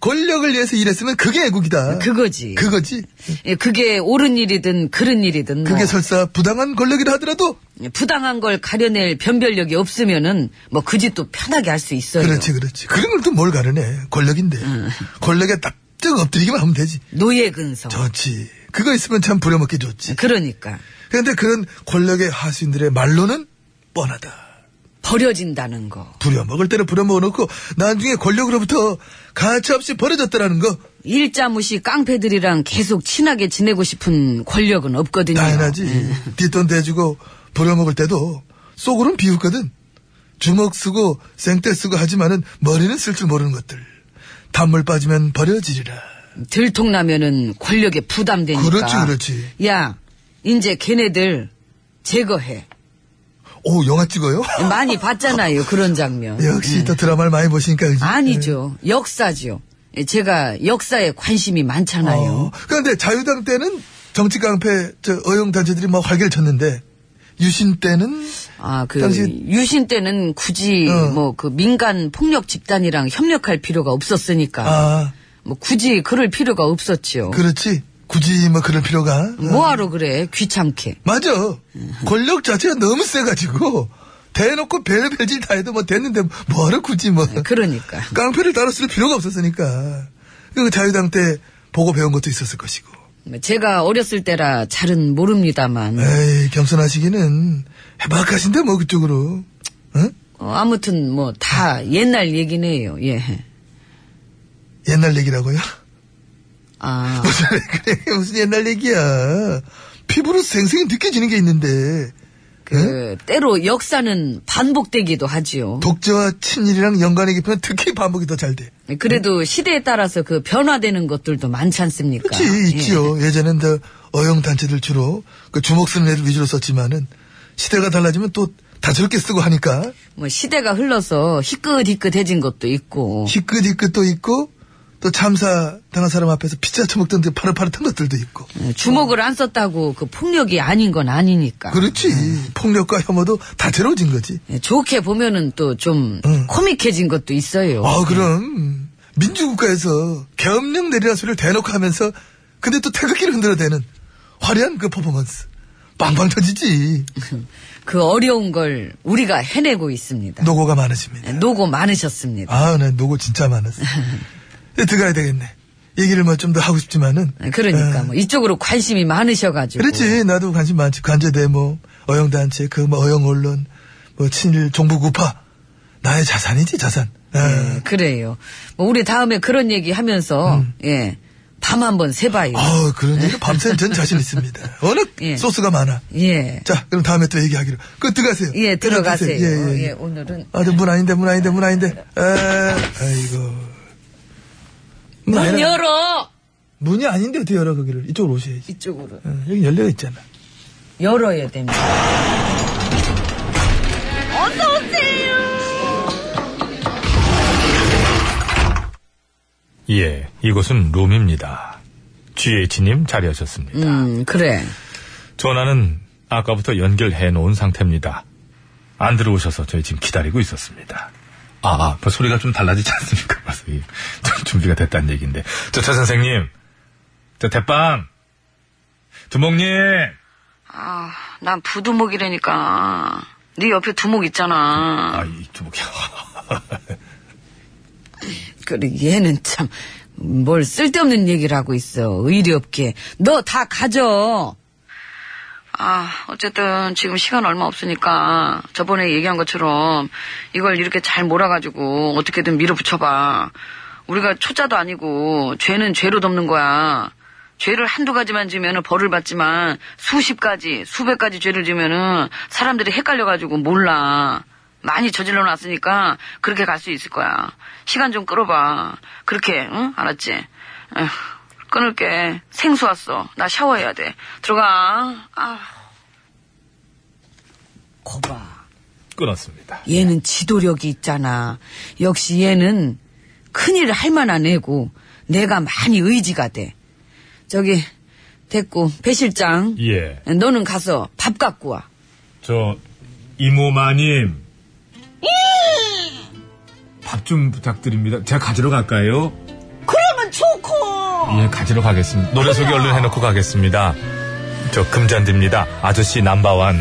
S6: 권력을 위해서 일했으면 그게 애국이다.
S2: 그거지.
S6: 그거지.
S2: 예, 그게 옳은 일이든 그른 일이든 뭐
S6: 그게 설사 부당한 권력이라 하더라도
S2: 부당한 걸 가려낼 변별력이 없으면은 뭐 그 짓도 편하게 할 수 있어요.
S6: 그렇지 그렇지. 그런 걸 또 뭘 가르네. 권력인데. 권력에 딱뜨 엎드리기만 하면 되지.
S2: 노예 근성.
S6: 좋지. 그거 있으면 참 부려먹기 좋지.
S2: 그러니까
S6: 그런데 그런 권력의 하수인들의 말로는 뻔하다.
S2: 버려진다는 거.
S6: 부려먹을 때는 부려먹어놓고 나중에 권력으로부터 가차없이 버려졌다라는 거
S2: 음. 일자무시 깡패들이랑 계속 친하게 지내고 싶은 권력은 없거든요. 예.
S6: 당연하지. 뒷돈 대주고 부려먹을 때도 속으로는 비웃거든. 주먹 쓰고 생떼 쓰고 하지만은 머리는 쓸 줄 모르는 것들. 단물 빠지면 버려지리라.
S2: 들통나면은 권력에 부담되니까.
S6: 그렇지, 그렇지.
S2: 야, 이제 걔네들 제거해.
S6: 오 영화 찍어요?
S2: 많이 봤잖아요, 그런 장면. 예.
S6: 역시 또 드라마를 많이 보시니까 그지? 예.
S2: 아니죠. 역사죠. 예, 제가 역사에 관심이
S6: 어,
S2: 많잖아요.
S6: 그런데 자유당 때는 정치 깡패 저 어용 단체들이 막 활개를 쳤는데 유신 때는
S2: 아, 그,
S6: 당신-
S2: 유신 때는 굳이,
S6: 어.
S2: 뭐, 그 민간 폭력 집단이랑 협력할 필요가 없었으니까.
S6: 아
S2: 뭐, 굳이 그럴 필요가 없었지요.
S6: 그렇지 굳이 뭐 그럴 필요가 어.
S2: 뭐하러 그래, 귀찮게.
S6: 맞아. 권력 자체가 너무 세가지고 대놓고 별별질 다 해도 뭐 됐는데 뭐하러 굳이 뭐
S2: 그러니까.
S6: 깡패를 따로 쓸 필요가 없었으니까 그 자유당 때 보고 배운 것도 있었을 것이고
S2: 제가 어렸을 때라 잘은 모릅니다만.
S6: 에이 겸손하시기는 해박하신데 뭐 그쪽으로 응?
S2: 어, 아무튼 뭐 다 옛날 얘기네요. 예.
S6: 옛날 얘기라고요?
S2: 아,
S6: 무슨 그래 무슨 옛날 얘기야 피부로 생생히 느껴지는 게 있는데
S2: 그
S6: 네?
S2: 때로 역사는 반복되기도 하지요.
S6: 독재와 친일이랑 연관이 깊으면 특히 반복이 더 잘 돼.
S2: 그래도 시대에 따라서 그 변화되는 것들도 많지 않습니까?
S6: 그치, 있지요. 예전엔 더 어영단체들 주로, 그 주먹 쓰는 애들 위주로 썼지만은, 시대가 달라지면 또 다채롭게 쓰고 하니까,
S2: 뭐 시대가 흘러서 희끗희끗해진 것도 있고.
S6: 희끗희끗도 있고, 또 참사 당한 사람 앞에서 피자 처먹던 그 파릇파릇한 것들도 있고.
S2: 예, 주먹을 안 썼다고 그 폭력이 아닌 건 아니니까.
S6: 그렇지. 폭력과 혐오도 다채로워진 거지.
S2: 예, 좋게 보면은 또 좀
S6: 응.
S2: 코믹해진 것도 있어요.
S6: 아, 그럼. 민주국가에서 계엄령 내리라 소리를 대놓고 하면서, 근데 또 태극기를 흔들어대는 화려한 그 퍼포먼스. 빵빵 터지지.
S2: 그 어려운 걸 우리가 해내고 있습니다.
S6: 노고가 많으십니다.
S2: 예, 노고 많으셨습니다.
S6: 아, 네, 노고 진짜 많았어. 이제 들어가야 되겠네. 얘기를 뭐 좀 더 하고 싶지만은.
S2: 예, 그러니까
S6: 어,
S2: 뭐 이쪽으로 관심이 많으셔가지고.
S6: 그렇지. 나도 관심 많지. 관제대 뭐, 어영단체, 그 뭐, 어영언론, 뭐, 친일 종북 우파. 나의 자산이지, 자산. 어,
S2: 예, 그래요. 뭐 우리 다음에 그런 얘기 하면서
S6: 음.
S2: 예. 밤 한번 새봐요.
S6: 어, 그런 얘기 밤새 전 자신 있습니다. 워낙
S2: 예.
S6: 소스가 많아.
S2: 예.
S6: 자, 그럼 다음에 또 얘기하기로. 그 들어가세요.
S2: 예, 들어가세요.
S6: 예, 예, 예.
S2: 예, 오늘은
S6: 아, 저문 아닌데, 문 아닌데, 문 아닌데. 아, 아이고.
S2: 문 열어.
S6: 문이 아닌데 어떻게 열어 거기를 이쪽으로 오셔야지.
S2: 이쪽으로
S6: 어, 여기 열려 있잖아.
S2: 열어야 됩니다.
S3: 예, 이곳은 룸입니다. GH님 자리하셨습니다.
S2: 음 그래.
S3: 전화는 아까부터 연결해 놓은 상태입니다. 안 들어오셔서 저희 지금 기다리고 있었습니다. 아, 아, 벌써 소리가 좀 달라지지 않습니까? 벌써 이좀 준비가 됐다는 얘기인데. 저, 차 선생님. 저, 대빵. 두목님.
S2: 아난 부두목이라니까. 네 옆에 두목 있잖아.
S3: 아, 이 두목이.
S2: 그래 얘는 참 뭘 쓸데없는 얘기를 하고 있어. 의리 없게 너 다 가져.
S7: 아, 어쨌든 지금 시간 얼마 없으니까 저번에 얘기한 것처럼 이걸 이렇게 잘 몰아가지고 어떻게든 밀어붙여봐. 우리가 초짜도 아니고 죄는 죄로 덮는 거야. 죄를 한두 가지만 지면은 벌을 받지만 수십 가지, 수백 가지 죄를 지면은 사람들이 헷갈려가지고 몰라. 많이 저질러 놨으니까 그렇게 갈 수 있을 거야. 시간 좀 끌어봐. 그렇게, 응? 알았지? 에휴, 끊을게. 생수 왔어. 나 샤워해야 돼. 들어가. 아.
S2: 거봐.
S3: 끊었습니다.
S2: 얘는 지도력이 있잖아. 역시 얘는 큰일을 할 만한 애고 내가 많이 의지가 돼. 저기 됐고 배 실장.
S3: 예.
S2: 너는 가서 밥 갖고 와.
S3: 저, 이모마님. 밥 좀 부탁드립니다. 제가 가지러 갈까요?
S2: 그러면 좋고.
S3: 예, 가지러 가겠습니다. 노래 소개 얼른 해놓고 가겠습니다. 저 금잔디입니다. 아저씨 남바완.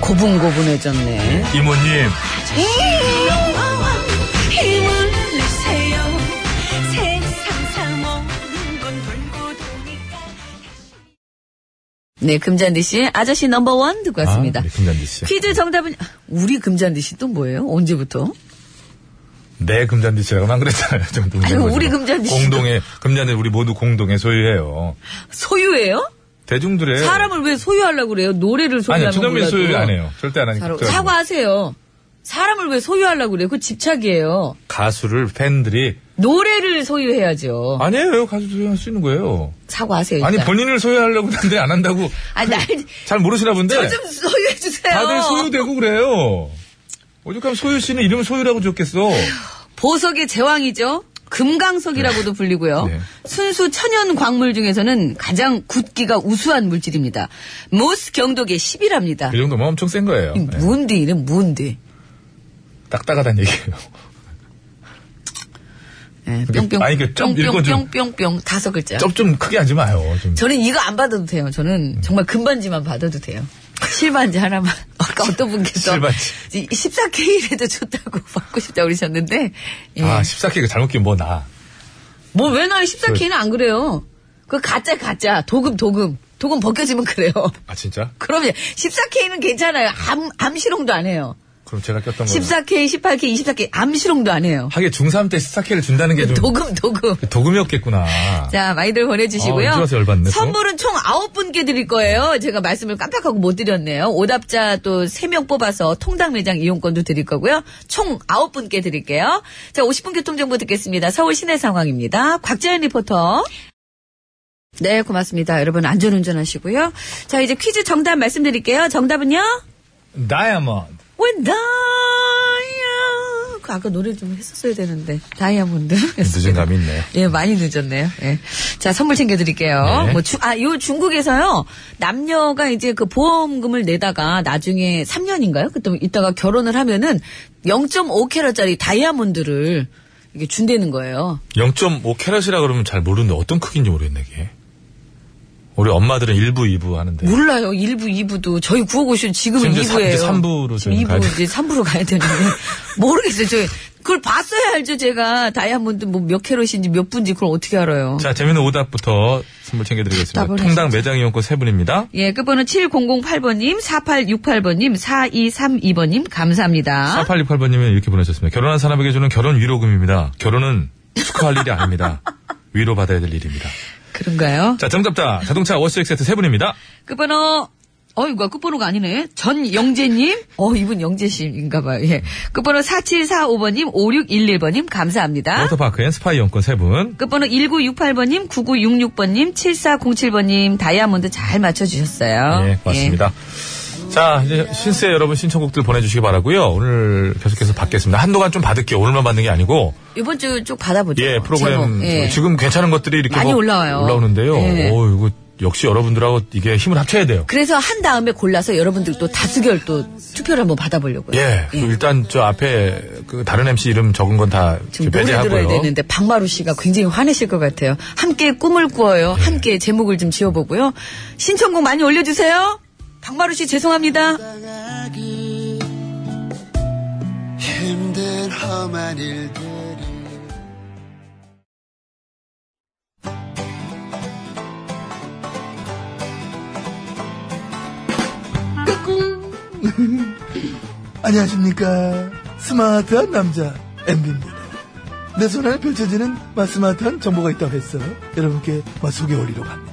S2: 고분고분해졌네.
S3: 이모님,
S4: 힘을 내세요 세상 살 모든 건 돌고 도니까
S2: 네, 금잔디 씨 아저씨 넘버원 듣고 왔습니다.
S3: 아, 네, 금잔디 씨.
S2: 퀴즈 정답은 우리 금잔디 씨 또 뭐예요? 언제부터?
S3: 내 네, 금잔디 씨라고는 안 그랬잖아요. 좀 농담
S2: 아이고,
S3: 거죠.
S2: 우리 금잔디 씨도.
S3: 공동의, 금잔디 우리 모두 공동의 소유예요.
S2: 소유예요?
S3: 대중들의.
S2: 사람을 왜 소유하려고 그래요? 노래를 소유하면
S3: 네. 아니요, 천정민
S2: 몰라도.
S3: 소유 안 해요. 그러니까 절대 안 하니까.
S2: 사로-
S3: 걱정하지 마.
S2: 사과하세요. 사람을 왜 소유하려고 그래요? 그 집착이에요.
S3: 가수를, 팬들이.
S2: 노래를 소유해야죠.
S3: 아니에요. 가수 소유할 수 있는 거예요.
S2: 사과하세요. 일단.
S3: 아니, 본인을 소유하려고 하는데 안 한다고.
S2: 아니, 날,
S3: 잘 모르시나 본데.
S2: 저좀 소유해 주세요.
S3: 다들 소유되고 그래요. 오죽하면 소유 씨는 이름 소유라고 좋겠어.
S2: 보석의 제왕이죠. 금강석이라고도 불리고요.
S3: 네.
S2: 순수 천연 광물 중에서는 가장 굳기가 우수한 물질입니다. 모스 경독의 10이랍니다.
S3: 그 정도면 엄청 센 거예요. 예.
S2: 뭔데 이는 뭔데?
S3: 딱딱하다는 얘기예요.
S2: 예,
S3: 근데
S2: 뿅뿅
S3: 아니, 그 점 읽어줘.
S2: 뿅뿅뿅뿅 다섯 글자.
S3: 쩝 좀 크게 하지 마요. 좀.
S2: 저는 이거 안 받아도 돼요.
S3: 네.
S2: 저는 정말 금반지만 받아도 돼요. 실반지 하나만. 아까 어떤 분께서
S3: 실반지.
S2: 14K라도 좋다고 받고 싶다고 그러셨는데 예.
S3: 아, 14K가 잘못 끼면 뭐 나.
S2: 뭐왜 나요? 14K는 안 그래요. 그 가짜 가짜 도금 도금 도금 벗겨지면 그래요.
S3: 아, 진짜?
S2: 그럼 14K는 괜찮아요. 암, 암시롱도 안 해요.
S3: 그럼 제가 꼈던 거는.
S2: 14K, 18K, 24K 암시롱도 안 해요.
S3: 하게 중3 때 14K를 준다는 게 예, 좀.
S2: 도금 도금.
S3: 도금이었겠구나.
S2: 자, 많이들 보내주시고요.
S3: 아, 이제 와서 열받네, 또.
S2: 선물은 총 9분께 드릴 거예요. 제가 말씀을 깜빡하고 못 드렸네요. 오답자 또 3명 뽑아서 통당 매장 이용권도 드릴 거고요. 총 9분께 드릴게요. 자, 50분 교통정보 듣겠습니다. 서울 시내 상황입니다. 곽재현 리포터. 네, 고맙습니다. 여러분, 안전운전 하시고요. 자, 이제 퀴즈 정답 말씀드릴게요. 정답은요?
S3: 다이아몬드.
S2: When 다이아. 그 아까 노래 좀 했었어야 되는데. 다이아몬드.
S3: 늦은 감이 있네.
S2: 예, 많이 늦었네요. 예. 자, 선물 챙겨드릴게요.
S3: 네.
S2: 뭐, 주- 아, 요 중국에서요, 남녀가 이제 그 보험금을 내다가 나중에 3년인가요? 그때 이따가 결혼을 하면은 0.5캐럿짜리 다이아몬드를 이게 준다는 거예요.
S3: 0.5캐럿이라 그러면 잘 모르는데 어떤 크기인지 모르겠네, 이게. 우리 엄마들은 1부, 2부 하는데.
S2: 몰라요. 1부, 2부도. 저희 구호고시는 지금은
S3: 지금 이제
S2: 2부예요.
S3: 네. 삼- 이제 삼부로
S2: 지금
S3: 저희는
S2: 2부,
S3: 가야 돼.
S2: 이제 3부로 가야 되는데. 모르겠어요. 저 그걸 봤어야 알죠, 제가. 다이아몬드 뭐 몇 캐럿인지 몇 분지 그걸 어떻게 알아요.
S3: 자, 재밌는 오답부터 선물 챙겨드리겠습니다.
S2: 답을
S3: 통당 매장 이용권 세 분입니다.
S2: 예, 끝번호 7008번님, 4868번님, 4232번님, 감사합니다.
S3: 4868번님은 이렇게 보내셨습니다. 결혼한 사람에게 주는 결혼 위로금입니다. 결혼은 축하할 일이 아닙니다. 위로받아야 될 일입니다.
S2: 그런가요?
S3: 자, 정답자 자동차 워시액 세트 세 분입니다.
S2: 끝번호 어이구야, 끝번호가 아니네. 전 영재님? 어, 이분 영재씨인가봐요, 예. 끝번호 4745번님, 5611번님, 감사합니다.
S3: 워터파크엔 스파이 연권 세 분.
S2: 끝번호 1968번님, 9966번님, 7407번님, 다이아몬드 잘 맞춰주셨어요.
S3: 예, 맞습니다. 자, 이제 신세 여러분 신청곡들 보내주시기 바라고요 오늘 계속해서 받겠습니다. 한동안 좀 받을게요. 오늘만 받는 게 아니고.
S2: 예. 이번 주 쭉 받아보죠.
S3: 예, 프로그램
S2: 제목, 예.
S3: 지금 괜찮은 것들이 이렇게
S2: 많이
S3: 막
S2: 올라와요.
S3: 올라오는데요.
S2: 예.
S3: 오, 이거 역시 여러분들하고 이게 힘을 합쳐야 돼요.
S2: 그래서 한 다음에 골라서 여러분들 또 다수결 또 투표를 한번 받아보려고요.
S3: 예, 그리고 일단 저 앞에 그 다른 MC 이름 적은 건 다
S2: 지금 노래 들어야
S3: 배제하고요.
S2: 되는데 박마루 씨가 굉장히 화내실 것 같아요. 함께 꿈을 꾸어요.
S3: 네.
S2: 함께 제목을 좀 지어보고요. 신청곡 많이 올려주세요. 박마루 씨 죄송합니다.
S8: 힘든 험한 일들이
S6: 안녕하십니까. 스마트한 남자, MB입니다. 내 손안에 펼쳐지는 맛 스마트한 정보가 있다고 해서 여러분께 맛 소개해드리려고 합니다.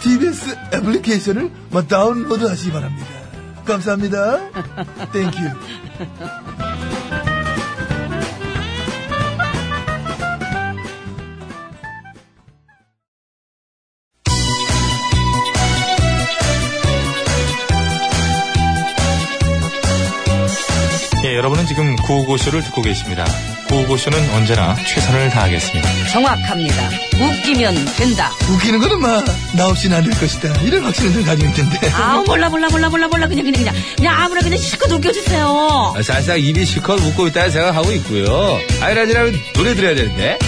S6: TBS 애플리케이션을 막 다운로드 하시기 바랍니다. 감사합니다. 땡큐.
S3: 예, 여러분은 지금 구호고쇼를 듣고 계십니다. 구호고쇼는 언제나 최선을 다하겠습니다.
S2: 정확합니다. 웃기면 된다.
S6: 웃기는 거는 막 나 없이는 안 될 것이다. 이런 확신을 늘 가지고 있던데.
S2: 아 몰라 몰라 몰라 몰라 몰라 그냥 그냥 그냥 그냥 아무나 그냥 실컷 웃겨주세요.
S9: 사실상 아, 입이 실컷 웃고 있다는 생각하고 있고요. 아이라지라면 노래 들어야 되는데.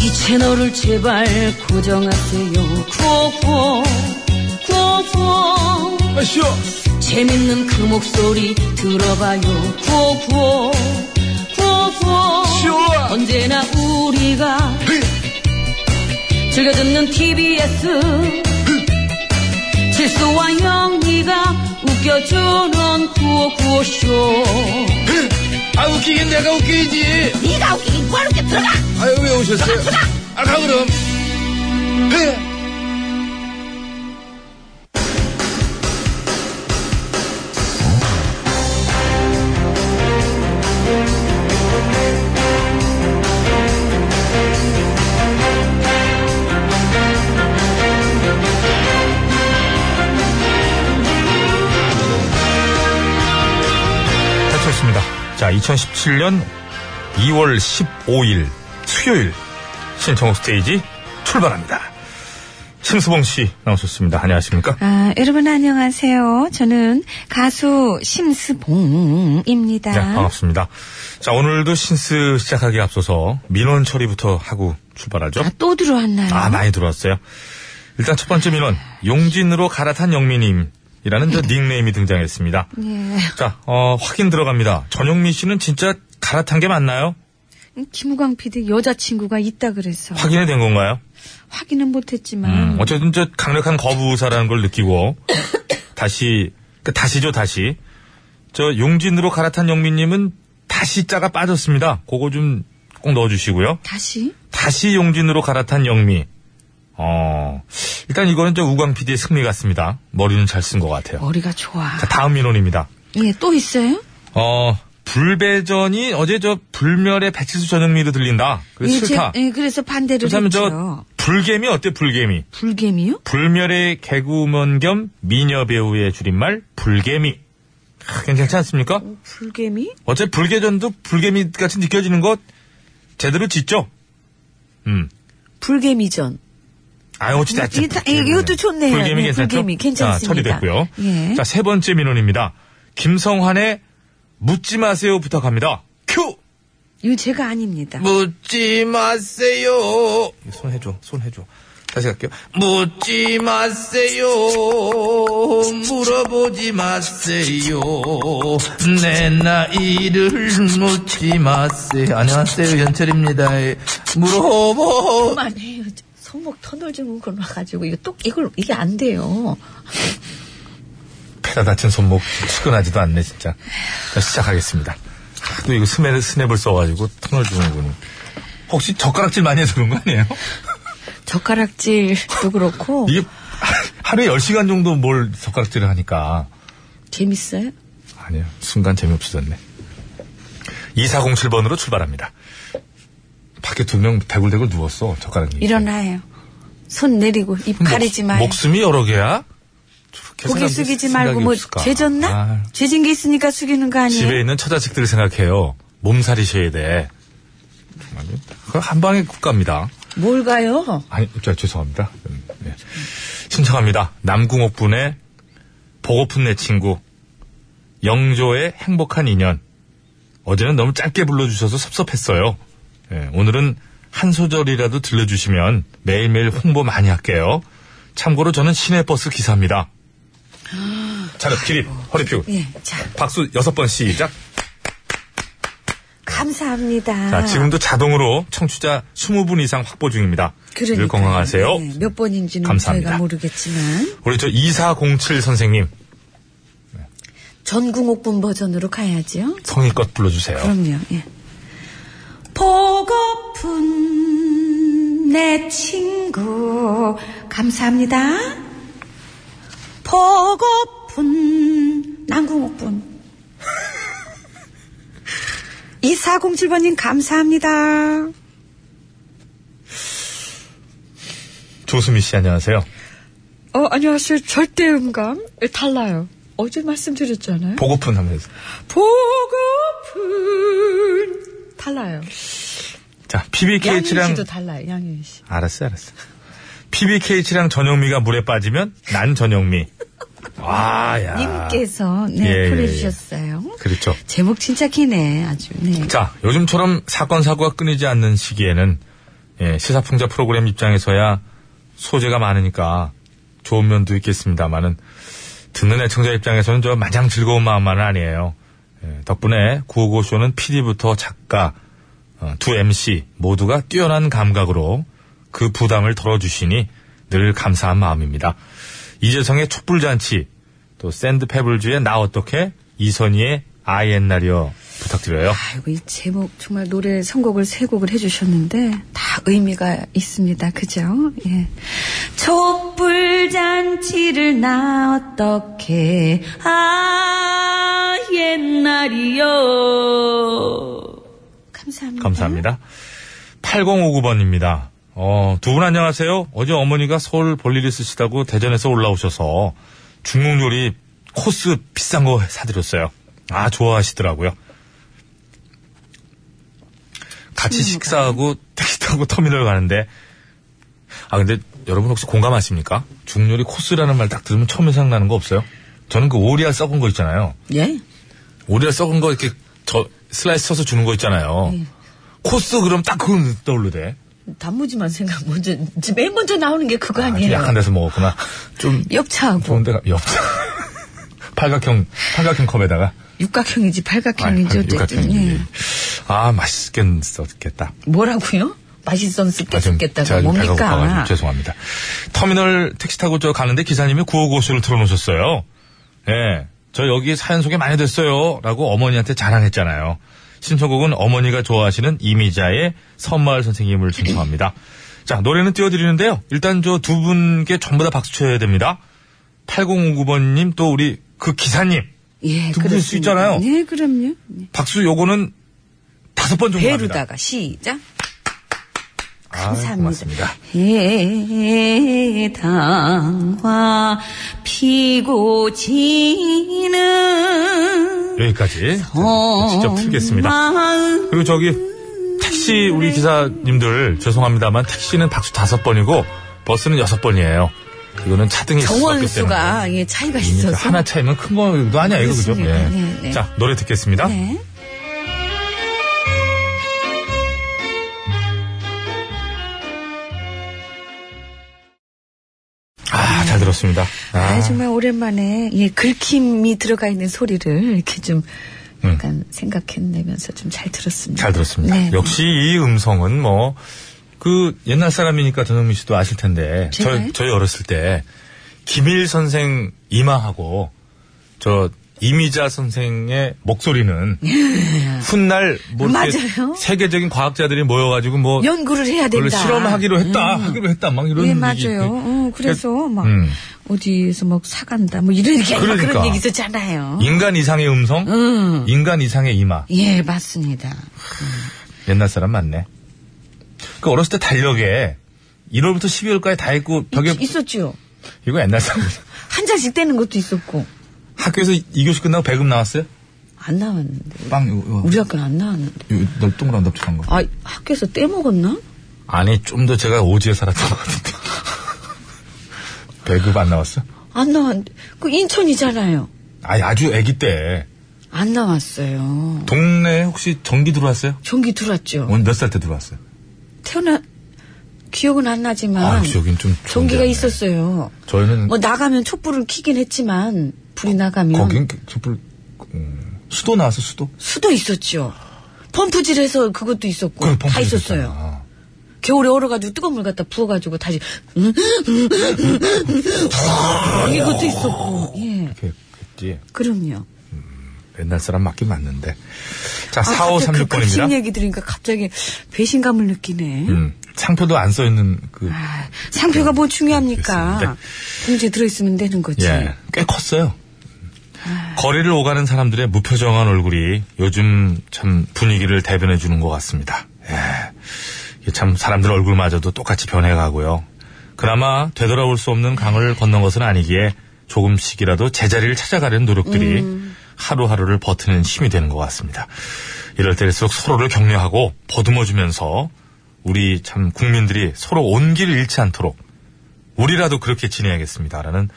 S2: 이 채널을 제발 고정하세요. 구호구호 구호구호
S9: 아, 쉬워.
S2: 재밌는 그 목소리 들어봐요. 구호구호 구호구호
S9: 쉬워.
S2: 언제나 우리가
S9: 네.
S2: 즐겨 듣는 TBS
S9: 네.
S2: 실수와 영리가 웃겨주는 구호구호쇼
S9: 아, 웃기긴 내가 웃기지.
S2: 네가 웃기긴 바로 웃겨 들어가
S9: 아유, 왜 오셨어요? 아, 가, 그럼.
S6: 네.
S3: 탈출했습니다. 자, 2017년 2월 15일 수요일 신청곡 스테이지 출발합니다. 심수봉 씨 나오셨습니다.
S2: 네.
S3: 안녕하십니까?
S10: 아, 여러분 안녕하세요. 저는 가수 심스봉입니다.
S3: 네, 반갑습니다. 자, 오늘도 신스 시작하기에 앞서서 민원 처리부터 하고 출발하죠.
S10: 아, 또 들어왔나요?
S2: 음.
S3: 아, 많이 들어왔어요. 일단 첫 번째 민원, 용진으로 갈아탄 영미님이라는 저 닉네임이 등장했습니다.
S10: 예.
S3: 자, 어, 확인 들어갑니다. 전영미 씨는 진짜 갈아탄 게 맞나요?
S10: 김우광 PD 여자친구가 있다 그래서
S3: 확인이 된 건가요?
S10: 확인은 못했지만
S3: 음, 어쨌든 저 강력한 거부사라는 걸 느끼고 다시 그 다시죠 다시 저 용진으로 갈아탄 영민님은 다시 자가 빠졌습니다. 그거 좀 꼭 넣어주시고요.
S10: 다시
S3: 다시 용진으로 갈아탄 영미. 어 일단 이거는 저 우광 PD의 승리 같습니다. 머리는 잘 쓴 것 같아요.
S10: 머리가 좋아.
S3: 자 다음 민원입니다.
S10: 예, 또 있어요?
S3: 어 불배전이 어제 저 불멸의 배치수 전영미로 들린다. 그래서
S10: 예, 제- 네,
S3: 싫다.
S10: 예, 그래서 반대를
S3: 그렇다면
S10: 했죠.
S3: 저 불개미 어때 불개미?
S10: 불개미요?
S3: 불멸의 개그우먼 겸 미녀 배우의 줄임말 불개미. 아, 괜찮지 않습니까?
S10: 불개미?
S3: 어째 불개전도 불개미 같이 느껴지는 것 제대로 짓죠? 음.
S10: 불개미전.
S3: 아, 어찌됐든.
S10: 이- 이- 이것도 좋네요.
S3: 불개미
S10: 네,
S3: 괜찮죠?
S10: 불개미 괜찮습니다.
S3: 자, 처리됐고요.
S10: 예.
S3: 자, 세 번째 민원입니다. 김성환의 묻지 마세요 부탁합니다. 큐!
S10: 이건 제가 아닙니다.
S3: 뭐-
S1: 묻지 마세요. 손 해줘, 손 해줘. 다시 갈게요. 묻지 마세요. 물어보지 마세요. 내 나이를 묻지 마세요. 안녕하세요. 연철입니다. 예. 물어보.
S11: 그만해요. 손목 터널 증후군 와가지고 이거 똑 이걸 이게 안 돼요.
S3: 패다 다친 손목 시근하지도 않네 진짜. 자, 시작하겠습니다. 아, 또 이거 스매, 스냅을 써가지고 턴을 주는군요. 혹시 젓가락질 많이 해서 그런 거 아니에요?
S11: 젓가락질도 그렇고
S3: 이게 하루에 10시간 정도 뭘 젓가락질을 하니까.
S11: 재밌어요?
S3: 아니요. 순간 재미없어졌네. 2407번으로 출발합니다. 밖에 두 명 대굴대굴 누웠어. 젓가락 이
S10: 일어나요. 손 내리고 입 가리지 마요.
S3: 목숨이 여러 개야? 저렇게
S10: 고개
S3: 사람들이
S10: 숙이지
S3: 생각이
S10: 말고 뭐
S3: 없을까?
S10: 죄졌나? 네.
S3: 아유.
S10: 죄진 게 있으니까 숙이는 거 아니에요?
S3: 집에 있는 처자식들을 생각해요. 몸살이셔야 돼. 정말 그한 방에 국가입니다.
S11: 뭘 가요?
S3: 아니, 저, 죄송합니다. 음, 예. 신청합니다. 남궁옥 분의 보고픈 내 친구 영조의 행복한 인연. 어제는 너무 짧게 불러주셔서 섭섭했어요. 예, 오늘은 한 소절이라도 들려주시면 매일매일 홍보 많이 할게요. 참고로 저는 시내버스 기사입니다. 자력 기립, 허리 펴고.
S10: 예, 자
S3: 박수 여섯 번 시작.
S10: 감사합니다.
S3: 자, 지금도 자동으로 청취자 20분 이상 확보 중입니다.
S10: 그러니까요.
S3: 늘 건강하세요.
S10: 네, 몇 번인지는
S3: 감사합니다.
S10: 저희가 모르겠지만
S3: 우리 저 2407 선생님
S10: 전궁옥분 버전으로 가야지요.
S3: 성의껏 불러주세요.
S11: 음.
S10: 그럼요. 예. 보고픈 내 친구 감사합니다. 보고픈 난궁옥분 2407번님 감사합니다.
S3: 조수미 씨 안녕하세요.
S11: 어 안녕하세요. 절대 음감 예, 달라요. 어제 말씀드렸잖아요.
S3: 보고픈 하면서.
S11: 보고픈 달라요.
S3: 자,
S11: 양현
S3: PBKH랑
S11: 씨도 달라요. 양현 씨.
S3: 알았어, 알았어. PBKH랑 전영미가 물에 빠지면 난 전영미. 와, 야.
S11: 님께서
S3: 아. 예,
S11: 네
S3: 예, 예.
S11: 보내주셨어요.
S3: 그렇죠.
S11: 제목 진짜 기네 아주. 네.
S3: 자, 요즘처럼 사건 사고가 끊이지 않는 시기에는 예, 시사풍자 프로그램 입장에서야 소재가 많으니까 좋은 면도 있겠습니다만은 듣는 애청자 입장에서는 저 마냥 즐거운 마음만은 아니에요. 예, 덕분에 구호고쇼는 PD부터 작가 어, 두 MC 모두가 뛰어난 감각으로 그 부담을 덜어주시니 늘 감사한 마음입니다. 이재성의 촛불잔치 또 샌드페블즈의 나 어떻게 이선희의 아이 옛날이요 부탁드려요.
S11: 아이고 이 제목 정말 노래 선곡을 세 곡을 해주셨는데 다 의미가 있습니다. 그죠? 예.
S10: 촛불 잔치를 나 어떻게 아 옛날이요 감사합니다.
S3: 네. 감사합니다. 8059번입니다. 어, 두 분 안녕하세요. 어제 어머니가 서울 볼일 있으시다고 대전에서 올라오셔서 중국 요리 코스 비싼 거 사드렸어요. 아, 좋아하시더라고요. 같이 식사하고 택시 타고 터미널 가는데 아 근데 여러분 혹시 공감하십니까? 중국 요리 코스라는 말 딱 들으면 처음 생각나는 거 없어요? 저는 그 오리알 썩은 거 있잖아요.
S11: 예.
S3: 오리알 썩은 거 이렇게 저 슬라이스 쳐서 주는 거 있잖아요.
S11: 네.
S3: 코스 그럼 딱 그건 떠오르대.
S11: 단무지만 생각 먼저 맨 먼저 나오는 게 그거
S3: 아, 좀
S11: 아니에요.
S3: 약한 데서 먹었구나. 좀
S11: 옆차하고
S3: 좋은 데가 옆자. 팔각형 팔각형 컵에다가.
S11: 육각형이지 팔각형인지
S3: 아니,
S11: 어쨌든
S3: 육각형이지.
S11: 예.
S3: 아 맛있겠었겠다.
S11: 뭐라고요? 맛있었을 때
S3: 아, 지금
S11: 좋겠다고
S3: 제가 좀 배가
S11: 뭡니까?
S3: 고파가지고 죄송합니다. 터미널 택시 타고 저 가는데 기사님이 구호고쇼를 틀어놓으셨어요. 예. 저 여기 사연 소개 많이 됐어요. 라고 어머니한테 자랑했잖아요. 신청곡은 어머니가 좋아하시는 이미자의 선마을 선생님을 신청합니다. 자, 노래는 띄워드리는데요. 일단 저 두 분께 전부 다 박수 쳐야 됩니다. 8059번님 또 우리 그 기사님
S11: 예,
S3: 두 분일 수
S11: 그렇습니다.
S3: 있잖아요.
S11: 네, 그럼요. 네.
S3: 박수 요거는 다섯 번 정도 합니다.
S11: 배로다가 시작.
S3: 아,
S11: 감사합니다.
S3: 고맙습니다.
S2: 해당화 피고 지는
S3: 네, 여기까지 직접 틀겠습니다.
S2: 마음
S3: 그리고 저기 택시 우리 기사님들 죄송합니다만 택시는 박수 다섯 번이고 버스는 여섯 번이에요. 이거는 차등이 있을 수 없기 때문에.
S11: 정원수가 예, 차이가
S3: 그러니까
S11: 있어서
S3: 하나 차이면 큰 거도 아니야 이거 그죠? 예.
S11: 그렇습니다. 네, 네.
S3: 자 노래 듣겠습니다.
S11: 네.
S3: 잘 들었습니다.
S11: 네.
S3: 아,
S2: 아, 정말 오랜만에 예 긁힘이 들어가 있는 소리를 이렇게 좀 약간 생각해내면서 좀 잘 들었습니다.
S3: 음. 잘 들었습니다.
S2: 네.
S3: 역시 이 음성은 뭐 그 옛날 사람이니까 전영민 씨도 아실 텐데 저희
S2: 제가요?
S3: 저희 어렸을 때 김일 선생 이마하고 저 이미자 선생의 목소리는 훗날 뭐 이렇게
S2: 맞아요.
S3: 세계적인 과학자들이 모여가지고 뭐
S2: 연구를 해야
S3: 원래
S2: 된다.
S3: 실험하기로 했다 하기로 했다 막 이런
S2: 예,
S3: 얘기.
S2: 맞아요. 어, 그래서 막
S3: 음.
S2: 어디에서 막 사간다 뭐 이런 얘기 막
S3: 그러니까. 예.
S2: 그런 얘기 있었잖아요. 어.
S3: 인간 이상의 음성, 인간 이상의 이마.
S2: 예, 맞습니다.
S3: 옛날 사람 맞네. 그 어렸을 때 달력에 1월부터 12월까지 다 있고 벽에
S2: 있- 있었죠.
S3: 이거 옛날 사람
S2: 한 잔씩 떼는 것도 있었고
S3: 학교에서 2교시 끝나고 배급 나왔어요?
S2: 안 나왔는데
S12: 빵, 이거,
S2: 우리 학교는 안 나왔는데.
S12: 널 동그란 답축한 거.
S2: 아 학교에서 떼 먹었나?
S3: 아니 좀 더 제가 오지에 살았던 것 같은데 배급 안 나왔어?
S2: 안 나왔는데 그 인천이잖아요.
S3: 아니 아주 애기 때
S2: 안 나왔어요.
S3: 동네에 혹시 전기 들어왔어요?
S2: 전기 들어왔죠.
S3: 오늘 몇 살 때 들어왔어요?
S2: 태어나 기억은 안 나지만
S3: 아, 기억이 좀
S2: 전기가
S3: 존재하네.
S2: 있었어요.
S3: 저희는
S2: 뭐 나가면 촛불을 켜긴 했지만 불이 나가면
S3: 거긴 그, 촛불 음, 수도 나왔어 수도?
S2: 수도 있었죠. 펌프질해서 그것도 있었고
S3: 그래,
S2: 다
S3: 펌프질
S2: 있었어요.
S3: 있었잖아.
S2: 겨울에 얼어가지고 뜨거운 물 갖다 부어가지고 다시 음, 이것도 있었고 예
S3: 이렇게 했지
S2: 그럼요.
S3: 옛날 사람 맞긴 맞는데 자
S2: 아, 갑자기 그
S3: 4536번입니다
S2: 급식 얘기 들으니까 갑자기 배신감을 느끼네.
S3: 음, 상표도 안 써있는 그
S2: 아, 상표가 뭐 중요합니까?
S3: 그랬었는데.
S2: 봉지에 들어있으면 되는 거지.
S3: 예, 꽤 컸어요. 거리를 오가는 사람들의 무표정한 얼굴이 요즘 참 분위기를 대변해 주는 것 같습니다. 예. 이게 참 사람들 얼굴마저도 똑같이 변해가고요. 그나마 되돌아올 수 없는 강을 건넌 것은 아니기에 조금씩이라도 제자리를 찾아가려는 노력들이
S2: 음.
S3: 하루하루를 버티는 힘이 되는 것 같습니다. 이럴 때일수록 서로를 격려하고 보듬어주면서 우리 참 국민들이 서로 온기를 잃지 않도록 우리라도 그렇게 지내야겠습니다라는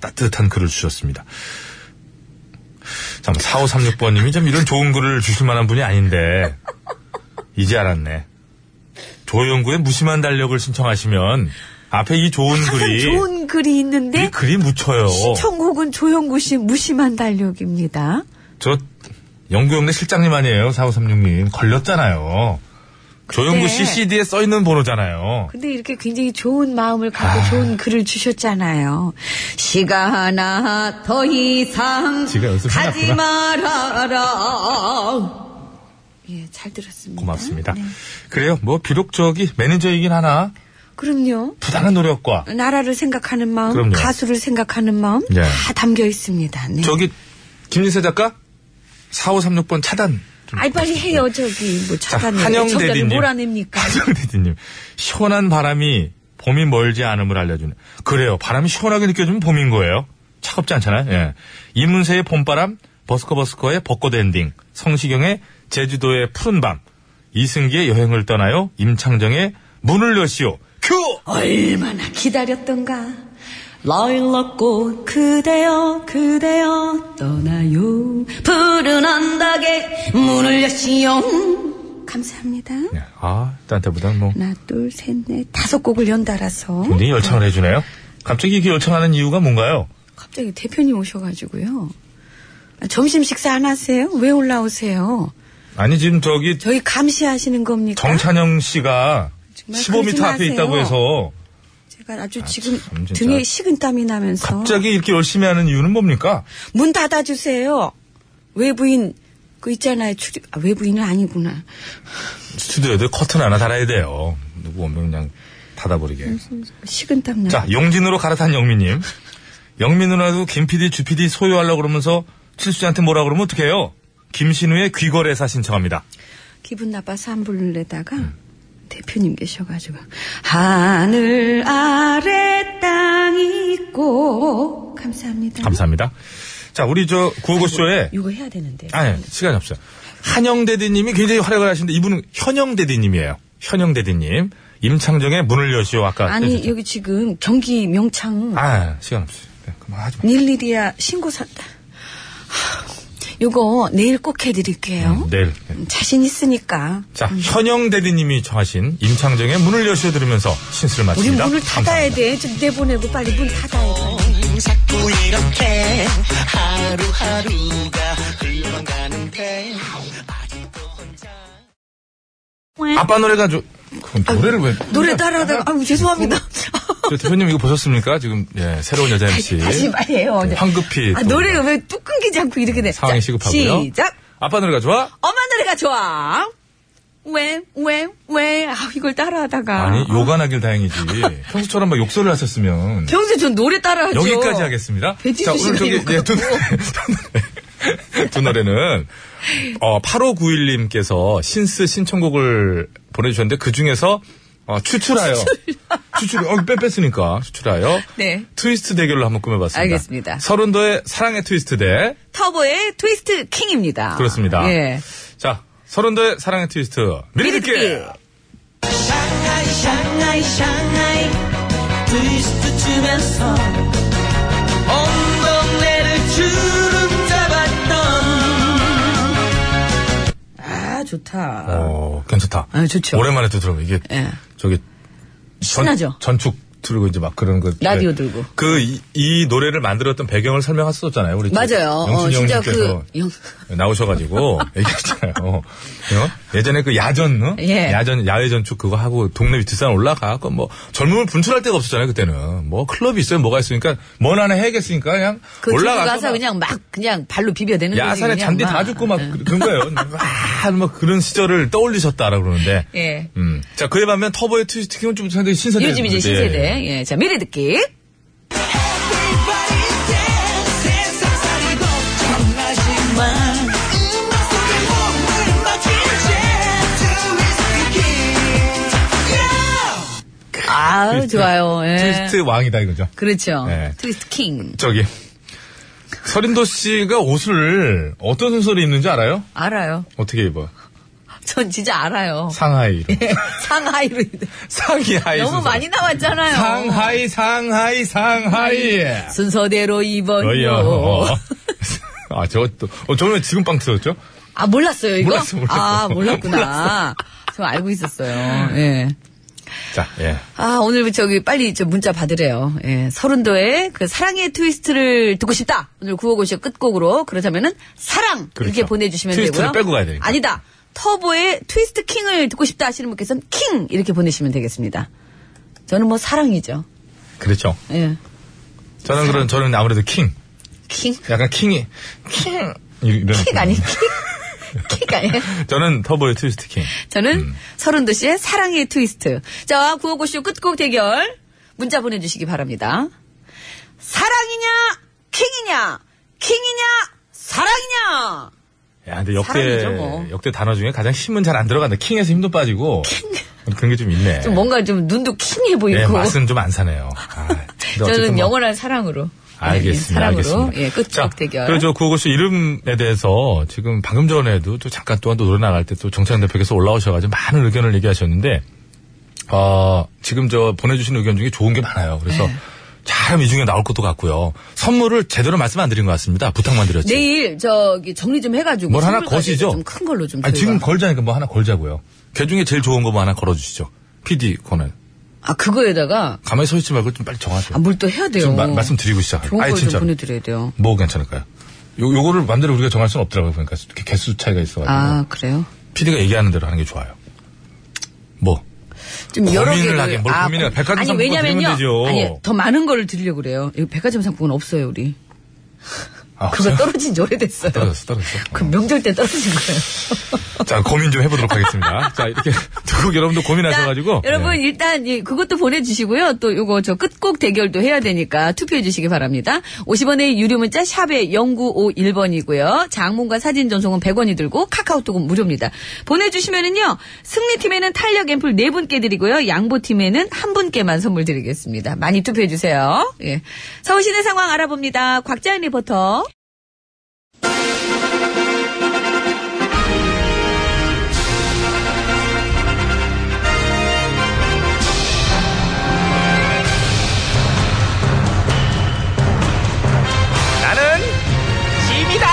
S3: 따뜻한 글을 주셨습니다. 잠 4536번님이 좀 이런 좋은 글을 주실 만한 분이 아닌데 이제 알았네. 조영구의 무심한 달력을 신청하시면 앞에 이 좋은
S2: 항상
S3: 글이
S2: 아, 좋은 글이
S3: 이
S2: 있는데
S3: 글이 묻혀요.
S2: 시청곡은 조영구 씨 무심한 달력입니다.
S3: 저 연구영대 실장님 아니에요, 4536님. 걸렸잖아요.
S2: 네.
S3: 조영구 씨 CD에 써있는 번호잖아요.
S2: 근데 이렇게 굉장히 좋은 마음을 갖고
S3: 아.
S2: 좋은 글을 주셨잖아요. 시가 하나 더 이상
S3: 지가 연습해놨구나.
S2: 가지 말아라. 예, 잘 들었습니다.
S3: 고맙습니다.
S2: 네.
S3: 그래요, 뭐 비록 저기 매니저이긴 하나
S2: 그럼요.
S3: 부당한 노력과
S2: 나라를 생각하는 마음,
S3: 그럼요.
S2: 가수를 생각하는 마음
S3: 예.
S2: 다 담겨 있습니다. 네.
S3: 저기 김진세 작가 4536번 차단 좀
S2: 아이 빨리 해요 저기 뭐
S3: 자,
S2: 차단을
S3: 한영
S2: 정답을
S3: 대리님.
S2: 몰아냅니까?
S3: 가정대디님 시원한 바람이 봄이 멀지 않음을 알려주는 그래요 바람이 시원하게 느껴지면 봄인 거예요 차갑지 않잖아요 예. 이문세의 봄바람 버스커버스커의 벚꽃 엔딩 성시경의 제주도의 푸른 밤 이승기의 여행을 떠나요 임창정의 문을 여시오 큐
S2: 어? 얼마나 기다렸던가 라일락꽃 그대여 그대여 떠나요 푸른 언덕에 문을 여시오 감사합니다
S3: 예, 아 딴때보단 뭐
S2: 하나 둘셋넷 다섯 곡을 연달아서
S3: 굉장히 열창을 해주네요 갑자기 이렇게 열창하는 이유가 뭔가요
S2: 갑자기 대표님 오셔가지고요 아, 점심 식사 안 하세요? 왜 올라오세요?
S3: 아니 지금 저기
S2: 저희 감시하시는 겁니까?
S3: 정찬영 씨가
S2: 정말
S3: 15m
S2: 그러지
S3: 앞에
S2: 마세요.
S3: 있다고 해서
S2: 제가 아주 지금
S3: 참, 진짜.
S2: 등에 식은땀이 나면서
S3: 갑자기 이렇게 열심히 하는 이유는 뭡니까?
S2: 문 닫아주세요. 외부인 그 있잖아요. 출입 아, 외부인은 아니구나.
S3: 스튜디오에 커튼 하나 달아야 돼요. 누구 오면 그냥 닫아버리게.
S2: 식은땀 나.
S3: 자, 용진으로 갈아탄 영미님. 영미 누나도 김 PD, 주 PD 소유하려고 그러면서 칠수한테 뭐라 그러면 어떡해요? 김신우의 귀거래사 신청합니다.
S2: 기분 나빠서 안 부르려다가 대표님 계셔가지고 하늘 아래 땅 있고 감사합니다.
S3: 감사합니다. 자, 우리 저 구호고쇼에
S2: 이거 해야 되는데.
S3: 아니, 예. 시간이 없어요. 한영대디님이 굉장히 활약을 하시는데 이분은 현영대디님이에요. 현영대디님. 임창정의 문을 여시오. 아까
S2: 아니
S3: 해주셨죠?
S2: 여기 지금 경기 명창
S3: 아, 시간 없어요. 네, 그만 하지 마.
S2: 닐리디아 신고 사.
S11: 요거 내일 꼭 해드릴게요.
S3: 내일. 네.
S2: 음,
S11: 자신 있으니까.
S3: 자, 현영 대리님이 정하신 임창정의 문을 여시어 들으면서 신스를
S11: 우리
S3: 마칩니다.
S11: 문을 닫아야 돼. 좀 내보내고 빨리 문 닫아야 돼.
S13: 음, 자꾸 이렇게 하루하루가 흘러가는데
S3: 아빠 노래가 좀 그럼 노래를 왜
S11: 노래 따라하다가 아유 죄송합니다.
S3: 저 대표님 이거 보셨습니까? 지금 예, 새로운 여자 MC
S11: 다시 말해요.
S3: 네, 황급히
S11: 아
S3: 또
S11: 노래가 왜 뚝 끊기지 않고 이렇게 돼.
S3: 상황이
S11: 자,
S3: 시급하고요.
S11: 시작.
S3: 아빠 노래가 좋아?
S11: 엄마 노래가 좋아. 왜, 왜, 왜. 아, 이걸 따라하다가.
S3: 아니 요간하길 다행이지. 평소처럼 막 욕설을 하셨으면
S2: 평소에 전 노래 따라하죠.
S3: 여기까지 하겠습니다.
S2: 배치수
S3: 자 오늘
S2: 씨가
S3: 저기
S2: 이거
S3: 예, 두, 네. 두 노래는 어, 8591님께서 신스 신청곡을 보내주셨는데 그 중에서 어, 추출하여 추출 어, 빼 뺐으니까 추출하여
S2: 네.
S3: 트위스트 대결을 한번 꾸며봤습니다.
S2: 알겠습니다.
S3: 서른도의 사랑의 트위스트 대
S2: 터보의 트위스트 킹입니다.
S3: 그렇습니다.
S2: 예.
S3: 자, 서른도의 사랑의 트위스트. 아, 미리 듣기!
S13: 샹하이 샹하이 샹하이 트위스트 추면서 온 동네를 주름 잡았던
S2: 아, 좋다.
S3: 어, 괜찮다.
S11: 아,
S2: 좋죠.
S3: 오랜만에 또 들으면 이게, 저기.
S2: 예. 신나죠?
S3: 전, 축 들고 이제 막 그런 거.
S2: 라디오 들고.
S3: 그, 이, 이 노래를 만들었던 배경을 설명했었잖아요. 우리.
S2: 맞아요. 어,
S3: 영춘이
S2: 진짜
S3: 형님께서
S2: 그, 영,
S3: 나오셔가지고 얘기했잖아요. 어? 예전에 그 야전, 어?
S2: 예.
S3: 야전, 야외 전축 그거 하고 동네 뒷산 올라가고 뭐 젊음을 분출할 데가 없었잖아요. 그때는. 뭐 클럽이 있어요. 뭐가 있으니까 먼 안에 해야겠으니까 그냥
S2: 그
S3: 올라가서
S2: 가서
S3: 막
S2: 그냥 막, 그냥 발로 비벼대는 거지,
S3: 야산에
S2: 그냥
S3: 잔디 다
S2: 막.
S3: 죽고 막 그런 거예요. 막, 막 그런 시절을 떠올리셨다라고 그러는데.
S2: 예.
S3: 음. 자, 그에 반면 터보의 트위스트 킹은 좀 상당히 신세대.
S2: 요즘 이제 신세대. 예. 자, 미리 듣기.
S13: 세상살이 걱정하지마
S2: 아우, 좋아요. 예.
S3: 트위스트 왕이다 이거죠.
S2: 그렇죠.
S3: 예.
S2: 트위스트 킹.
S3: 저기 서린도 씨가 옷을 어떤 순서로 입는지 알아요?
S2: 알아요.
S3: 어떻게 입어요?
S2: 전 진짜 알아요. 예,
S3: 상하이로.
S2: 상하이로.
S3: 상하이
S2: 너무
S3: 순서.
S2: 많이 나왔잖아요.
S3: 상하이 상하이 상하이.
S2: 순서대로
S3: 어이야.
S2: 입어요.
S3: 어. 아, 저것도. 어, 저는 왜 지금 빵 터졌죠?
S2: 아, 몰랐어요, 이거?
S3: 몰랐어, 몰랐어.
S2: 아, 몰랐구나.
S3: 몰랐어. 네.
S2: 저 알고 있었어요. 예.
S3: 자, 예.
S2: 아, 오늘 저기 빨리 저 문자 받으래요. 예. 서른도의 그 사랑의 트위스트를 듣고 싶다. 오늘 구호고쇼 끝곡으로. 그렇다면은 사랑. 이렇게
S3: 그렇죠.
S2: 보내주시면
S3: 트위스트를
S2: 되고요.
S3: 빼고 가야 되니까.
S2: 아니다. 터보의 트위스트 킹을 듣고 싶다 하시는 분께서는 킹! 이렇게 보내시면 되겠습니다. 저는 뭐 사랑이죠.
S3: 그렇죠.
S2: 예.
S3: 저는 그런, 저는 아무래도 킹.
S2: 킹?
S3: 약간 킹이. 킹! 이런.
S2: 킹 아니, 킹? 킹 아니에요?
S3: 저는 터보의 트위스트 킹.
S2: 저는
S3: 음.
S2: 서른도 씨의 사랑의 트위스트. 자, 구호고쇼 끝곡 대결. 문자 보내주시기 바랍니다. 사랑이냐, 킹이냐, 킹이냐, 사랑이냐!
S3: 야, 근데 역대,
S2: 사람이죠, 뭐.
S3: 역대 단어 중에 가장 힘은 잘 안 들어간다. 킹에서 힘도 빠지고. 그런 게 좀 있네.
S2: 좀 뭔가 좀 눈도 킹해 보이고.
S3: 예, 맛은 좀 안 사네요. 아, 근데 어쨌든
S2: 저는
S3: 뭐.
S2: 영원한 사랑으로.
S3: 알겠습니다.
S2: 아, 예, 사랑으로.
S3: 알겠습니다.
S2: 예, 끝곡 대결.
S3: 그리고 저 구호고씨 이름에 대해서 지금 방금 전에도 또 잠깐 또한 또 노래 나갈 때 또 정찬 대표께서 올라오셔가지고 많은 의견을 얘기하셨는데, 어, 지금 저 보내주신 의견 중에 좋은 게 많아요. 그래서
S2: 네.
S3: 잘이 중에 나올 것도 같고요. 선물을 제대로 말씀 안 드린 것 같습니다. 부탁만 드렸지.
S2: 내일 저기 정리 좀 해가지고.
S3: 뭘 하나
S2: 네, 선물 가지고
S3: 거시죠?
S2: 좀큰 걸로 좀.
S3: 아니, 지금
S2: 저희가.
S3: 걸자니까 뭐 하나 걸자고요. 걔 중에 제일 좋은 거 뭐 하나 걸어주시죠. PD 권을.
S2: 아, 그거에다가.
S3: 가만히 서 있지 말고 좀 빨리 정하세요.
S2: 아, 뭘 또 해야 돼요.
S3: 지금 마- 말씀드리고 시작해요.
S2: 좋은
S3: 아니,
S2: 걸 좀
S3: 진짜로.
S2: 보내드려야 돼요.
S3: 뭐 괜찮을까요? 요, 요거를 마음대로 우리가 정할 수는 없더라고요. 그러니까 이렇게 개수 차이가 있어가지고.
S2: 아, 그래요?
S3: PD가 얘기하는 대로 하는 게 좋아요. 뭐.
S2: 좀 여러
S3: 고민을
S2: 개를-
S3: 하게, 뭘 고민을 해.
S2: 고-
S3: 백화점
S2: 아니,
S3: 상품권
S2: 왜냐면요.
S3: 드리면 되죠.
S2: 아니, 더 많은 거를 드리려고 그래요. 이거 백화점 상품은 없어요, 우리.
S3: 아,
S2: 그거 떨어진 지 오래됐어요.
S3: 떨어졌어, 떨어졌어.
S2: 그 명절 때 떨어진 거예요.
S3: 자, 고민 좀 해보도록 하겠습니다. 자, 이렇게 두 곡 여러분도 고민하셔가지고.
S2: 아, 여러분,
S3: 네.
S2: 일단, 이- 그것도 보내주시고요. 또 요거 저 끝곡 대결도 해야 되니까 투표해주시기 바랍니다. 50원의 유료 문자 샵에 0951번이고요. 장문과 사진 전송은 100원이 들고 카카오톡은 무료입니다. 보내주시면은요, 승리팀에는 탄력 앰플 4분께 드리고요. 양보팀에는 한 분께만 선물 드리겠습니다. 많이 투표해주세요. 예. 서울시내 상황 알아봅니다. 곽자연 리포터.
S13: 나는 짐이다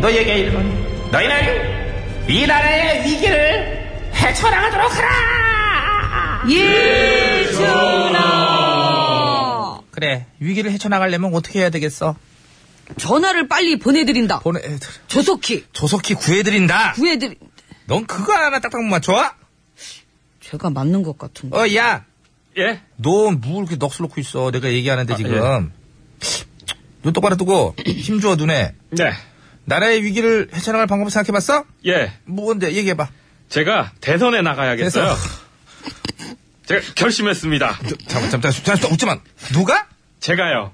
S14: 너에게 일본 너희는 이 나라의 위기를 헤쳐나가도록 하라
S1: 예, 전하. 그래 위기를 헤쳐나가려면 어떻게 해야 되겠어?
S2: 전화를 빨리 보내드린다.
S1: 보내드려.
S2: 조속히.
S1: 조속히 구해드린다.
S2: 구해드린.
S1: 넌 그거 하나 딱딱 못 맞춰?
S2: 제가 맞는 것 같은데.
S1: 어, 야.
S14: 예?
S1: 너뭐 이렇게 넋을 놓고 있어. 내가 얘기하는데
S14: 아,
S1: 지금. 눈 똑바로 뜨고 힘 주어 눈에.
S14: 네.
S1: 나라의 위기를 헤쳐나갈 방법을 생각해봤어?
S14: 예
S1: 뭔데 얘기해봐.
S14: 제가 대선에 나가야겠어요 제가 결심했습니다
S1: 잠깐 잠깐 잠깐 웃지만 누가?
S14: 제가요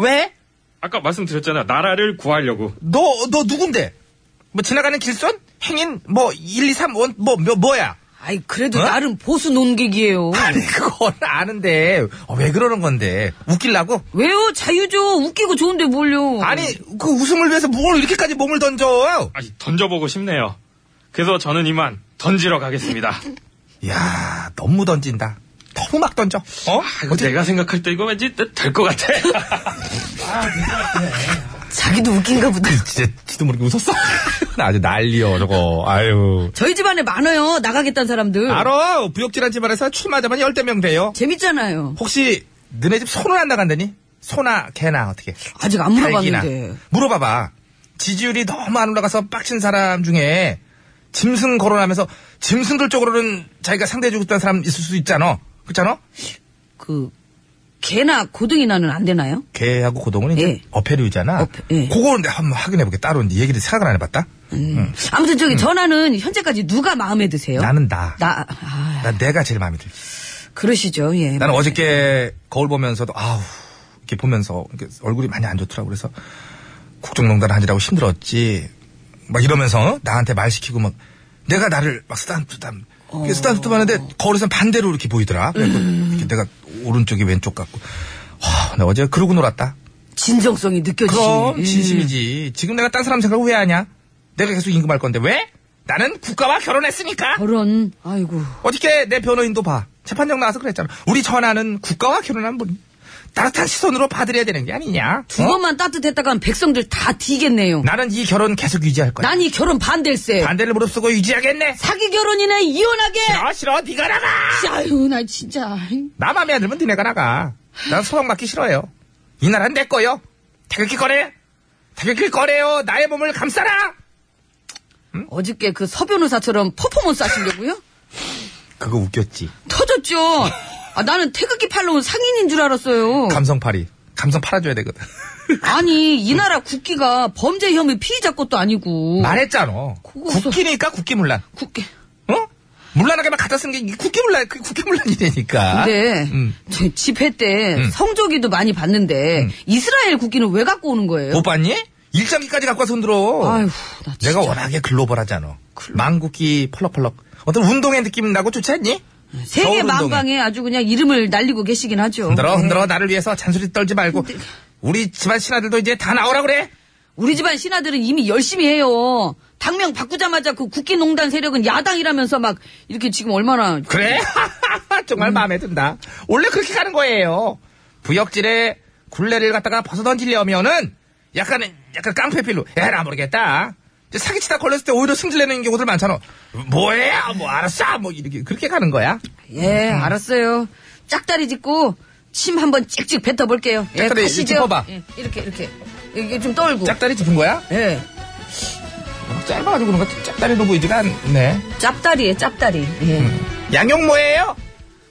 S1: 왜?
S14: 아까 말씀드렸잖아 나라를 구하려고
S1: 너 너 누군데? 뭐 지나가는 길손? 행인 뭐 1, 2, 3, 1, 뭐, 뭐 뭐야?
S2: 아이 그래도
S1: 어?
S2: 나름 보수 논객이에요.
S1: 아니 그건 아는데 어, 왜 그러는 건데 웃길라고?
S2: 왜요? 자유죠. 웃기고 좋은데 뭘요?
S1: 아니 그 웃음을 위해서 뭘 이렇게까지 몸을 던져?
S14: 아니 던져보고 싶네요 그래서 저는 이만 던지러 가겠습니다
S1: 야 너무 던진다. 너무 막 던져. 어?
S14: 아, 이거 내가 생각할 때 이거 왠지 될 것 같아
S2: 자기도 웃긴가 보다.
S1: 진짜 지도 모르게 웃었어. 나 아주 난리여 저거. 아유.
S2: 저희 집안에 많아요. 나가겠다는 사람들.
S1: 알아. 부역질한 집안에서 출마자만 열대 명 돼요.
S2: 재밌잖아요.
S1: 혹시 너네 집 손은 안 나간다니? 소나 개나 어떻게?
S2: 아직 안
S1: 닭이나.
S2: 물어봤는데.
S1: 물어봐봐. 지지율이 너무 안 올라가서 빡친 사람 중에 짐승 거론하면서 짐승들 쪽으로는 자기가 상대해주고 싶다는 사람 있을 수 있잖아. 그렇잖아?
S2: 그 개나 고등이나는 안 되나요?
S1: 개하고 고동은 이제
S2: 예.
S1: 어패류잖아.
S2: 예. 음.
S1: 그거는 내가 한번 확인해볼게. 따로 이제 얘기를 생각을 안 해봤다. 응.
S2: 아무튼 저기 전화는 현재까지 누가 마음에 드세요?
S1: 음. 나는 나.
S2: 나 아,
S1: 난 내가 제일 마음에 들지.
S2: 그러시죠. 예.
S1: 나는 어저께 거울 보면서도 아우 이렇게 보면서 이렇게 얼굴이 많이 안 좋더라고 그래서 국정농단 하느라고 힘들었지 막 이러면서 어? 나한테 말 시키고 막 내가 나를 막 쓰담쓰담 이렇게 쓰담쓰담 하는데 거울에서는 반대로 이렇게 보이더라 그래서 이렇게 내가 오른쪽이 왼쪽 같고 와, 나 어제 그러고 놀았다
S2: 진정성이 느껴지시네.
S1: 그럼
S2: 예.
S1: 진심이지 지금 내가 딴 사람 생각을 왜 하냐 내가 계속 임금할 건데 왜? 나는 국가와 결혼했으니까
S2: 결혼. 아이고.
S1: 어저께 내 변호인도 봐. 재판장 나와서 그랬잖아. 우리 전하는 국가와 결혼한 분. 따뜻한 시선으로 봐드려야 되는 게 아니냐.
S2: 두
S1: 어?
S2: 번만 따뜻했다간 백성들 다 뒤겠네요.
S1: 나는 이 결혼 계속 유지할 거야.
S2: 난 이 결혼 반댈세.
S1: 반대를 무릅쓰고 유지하겠네.
S2: 사기 결혼이네 이혼하게.
S1: 싫어, 싫어. 네가 나가.
S10: 아유 나 진짜.
S1: 나 맘에 안 들면 니네가 나가. 난 소방받기 싫어요. 이 나라는 내 거요. 태극기 꺼내. 태극기 꺼내요. 나의 몸을 감싸라.
S2: 어저께 그 서변호사처럼 퍼포먼스 하시려고요?
S1: 그거 웃겼지.
S2: 터졌죠. 아, 나는 태극기 팔러 온 상인인 줄 알았어요.
S1: 감성팔이. 감성 팔아줘야 되거든.
S2: 아니 이 나라 국기가 범죄 혐의 피의자 것도 아니고
S1: 말했잖아.
S2: 어. 그거-
S1: 국기니까 국기문란.
S2: 국기.
S1: 어? 물란하게만 갖다 쓴 게 국기문란, 그 국기문란이 되니까.
S2: 근데
S1: 음.
S2: 저 집회 때
S1: 음.
S2: 성조기도 많이 봤는데 이스라엘 국기는 왜 갖고 오는 거예요?
S1: 못 봤니? 일장기까지 갖고 와서 흔들어.
S2: 아휴, 나 진짜.
S1: 내가 워낙에 글로벌하잖아. 망국기 펄럭펄럭. 어떤 운동의 느낌 나고 좋지 않니?
S2: 세계 네.
S1: 겨울 운동회.
S2: 만방에 아주 그냥 이름을 날리고 계시긴 하죠.
S1: 흔들어, 흔들어. 나를 위해서 잔소리 떨지 말고. 우리 집안 신하들도 이제 다 나오라 그래.
S2: 우리 집안 신하들은 이미 열심히 해요. 당명 바꾸자마자 그 국기농단 세력은 야당이라면서 막 이렇게 지금 얼마나
S1: 그래? 정말 마음에 든다. 원래 그렇게 가는 거예요. 부역질에 굴레를 갖다가 벗어던지려면은 약간, 약간 깡패필로. 에라, 모르겠다. 이제 사기치다 걸렸을 때 오히려 승질내는 경우들 많잖아. 뭐해? 뭐, 알았어. 뭐, 이렇게, 그렇게 가는 거야.
S2: 예
S1: 음.
S2: 알았어요. 짝다리 짚고 침 한번 찍찍 뱉어볼게요. 예,
S1: 짝다리
S2: 가시죠.
S1: 짚어봐.
S2: 예, 이렇게 이렇게 이게 좀 떨고.
S1: 짝다리 짚은 거야?
S2: 예.
S1: 어, 짧아가지고 그런가 짝다리로 보이지가 않네.
S2: 짭다리에 짭다리. 예.
S1: 음. 양용 뭐예요?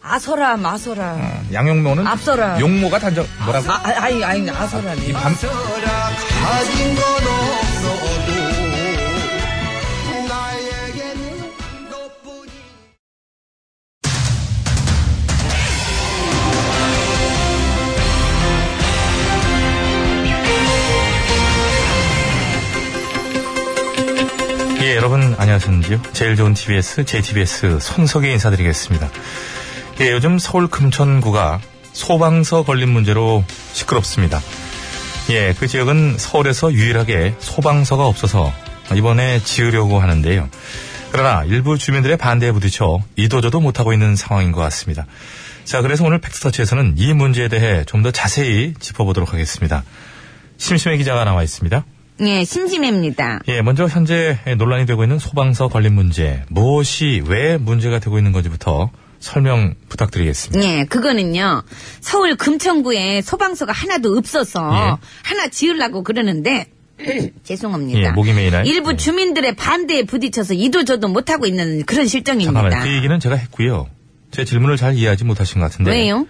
S1: 아.
S2: 아서라 마서라.
S1: 양용모는
S2: 앞서라.
S1: 음. 용모가 단정 뭐라고?
S2: 아, 아니 아니 아서라네.
S1: 밤-
S8: 가진 건 없어도 나에게는 너뿐이
S3: 예, 여러분 안녕하셨는지요? 제일 좋은 TBS, JTBS 손석희 인사드리겠습니다. 예, 요즘 서울 금천구가 소방서 걸린 문제로 시끄럽습니다. 예, 그 지역은 서울에서 유일하게 소방서가 없어서 이번에 지으려고 하는데요. 그러나 일부 주민들의 반대에 부딪혀 이도저도 못하고 있는 상황인 것 같습니다. 자, 그래서 오늘 팩스터치에서는 이 문제에 대해 좀 더 자세히 짚어보도록 하겠습니다. 심심해 기자가 나와 있습니다.
S2: 예, 심심해입니다.
S1: 예, 먼저 현재 논란이 되고 있는 소방서 관련 문제, 무엇이 왜 문제가 되고 있는 건지부터 설명 부탁드리겠습니다.
S2: 예, 그거는요. 서울 금천구에 소방서가 하나도 없어서
S1: 예.
S2: 하나 지으려고 그러는데 죄송합니다.
S1: 예, 목이 메이나요?
S2: 일부 주민들의 반대에 부딪혀서 이도저도 못하고 있는 그런
S1: 잠깐만요.
S2: 실정입니다.
S1: 그 얘기는 제가 했고요. 제 질문을 잘 이해하지 못하신 것 같은데.
S2: 왜요?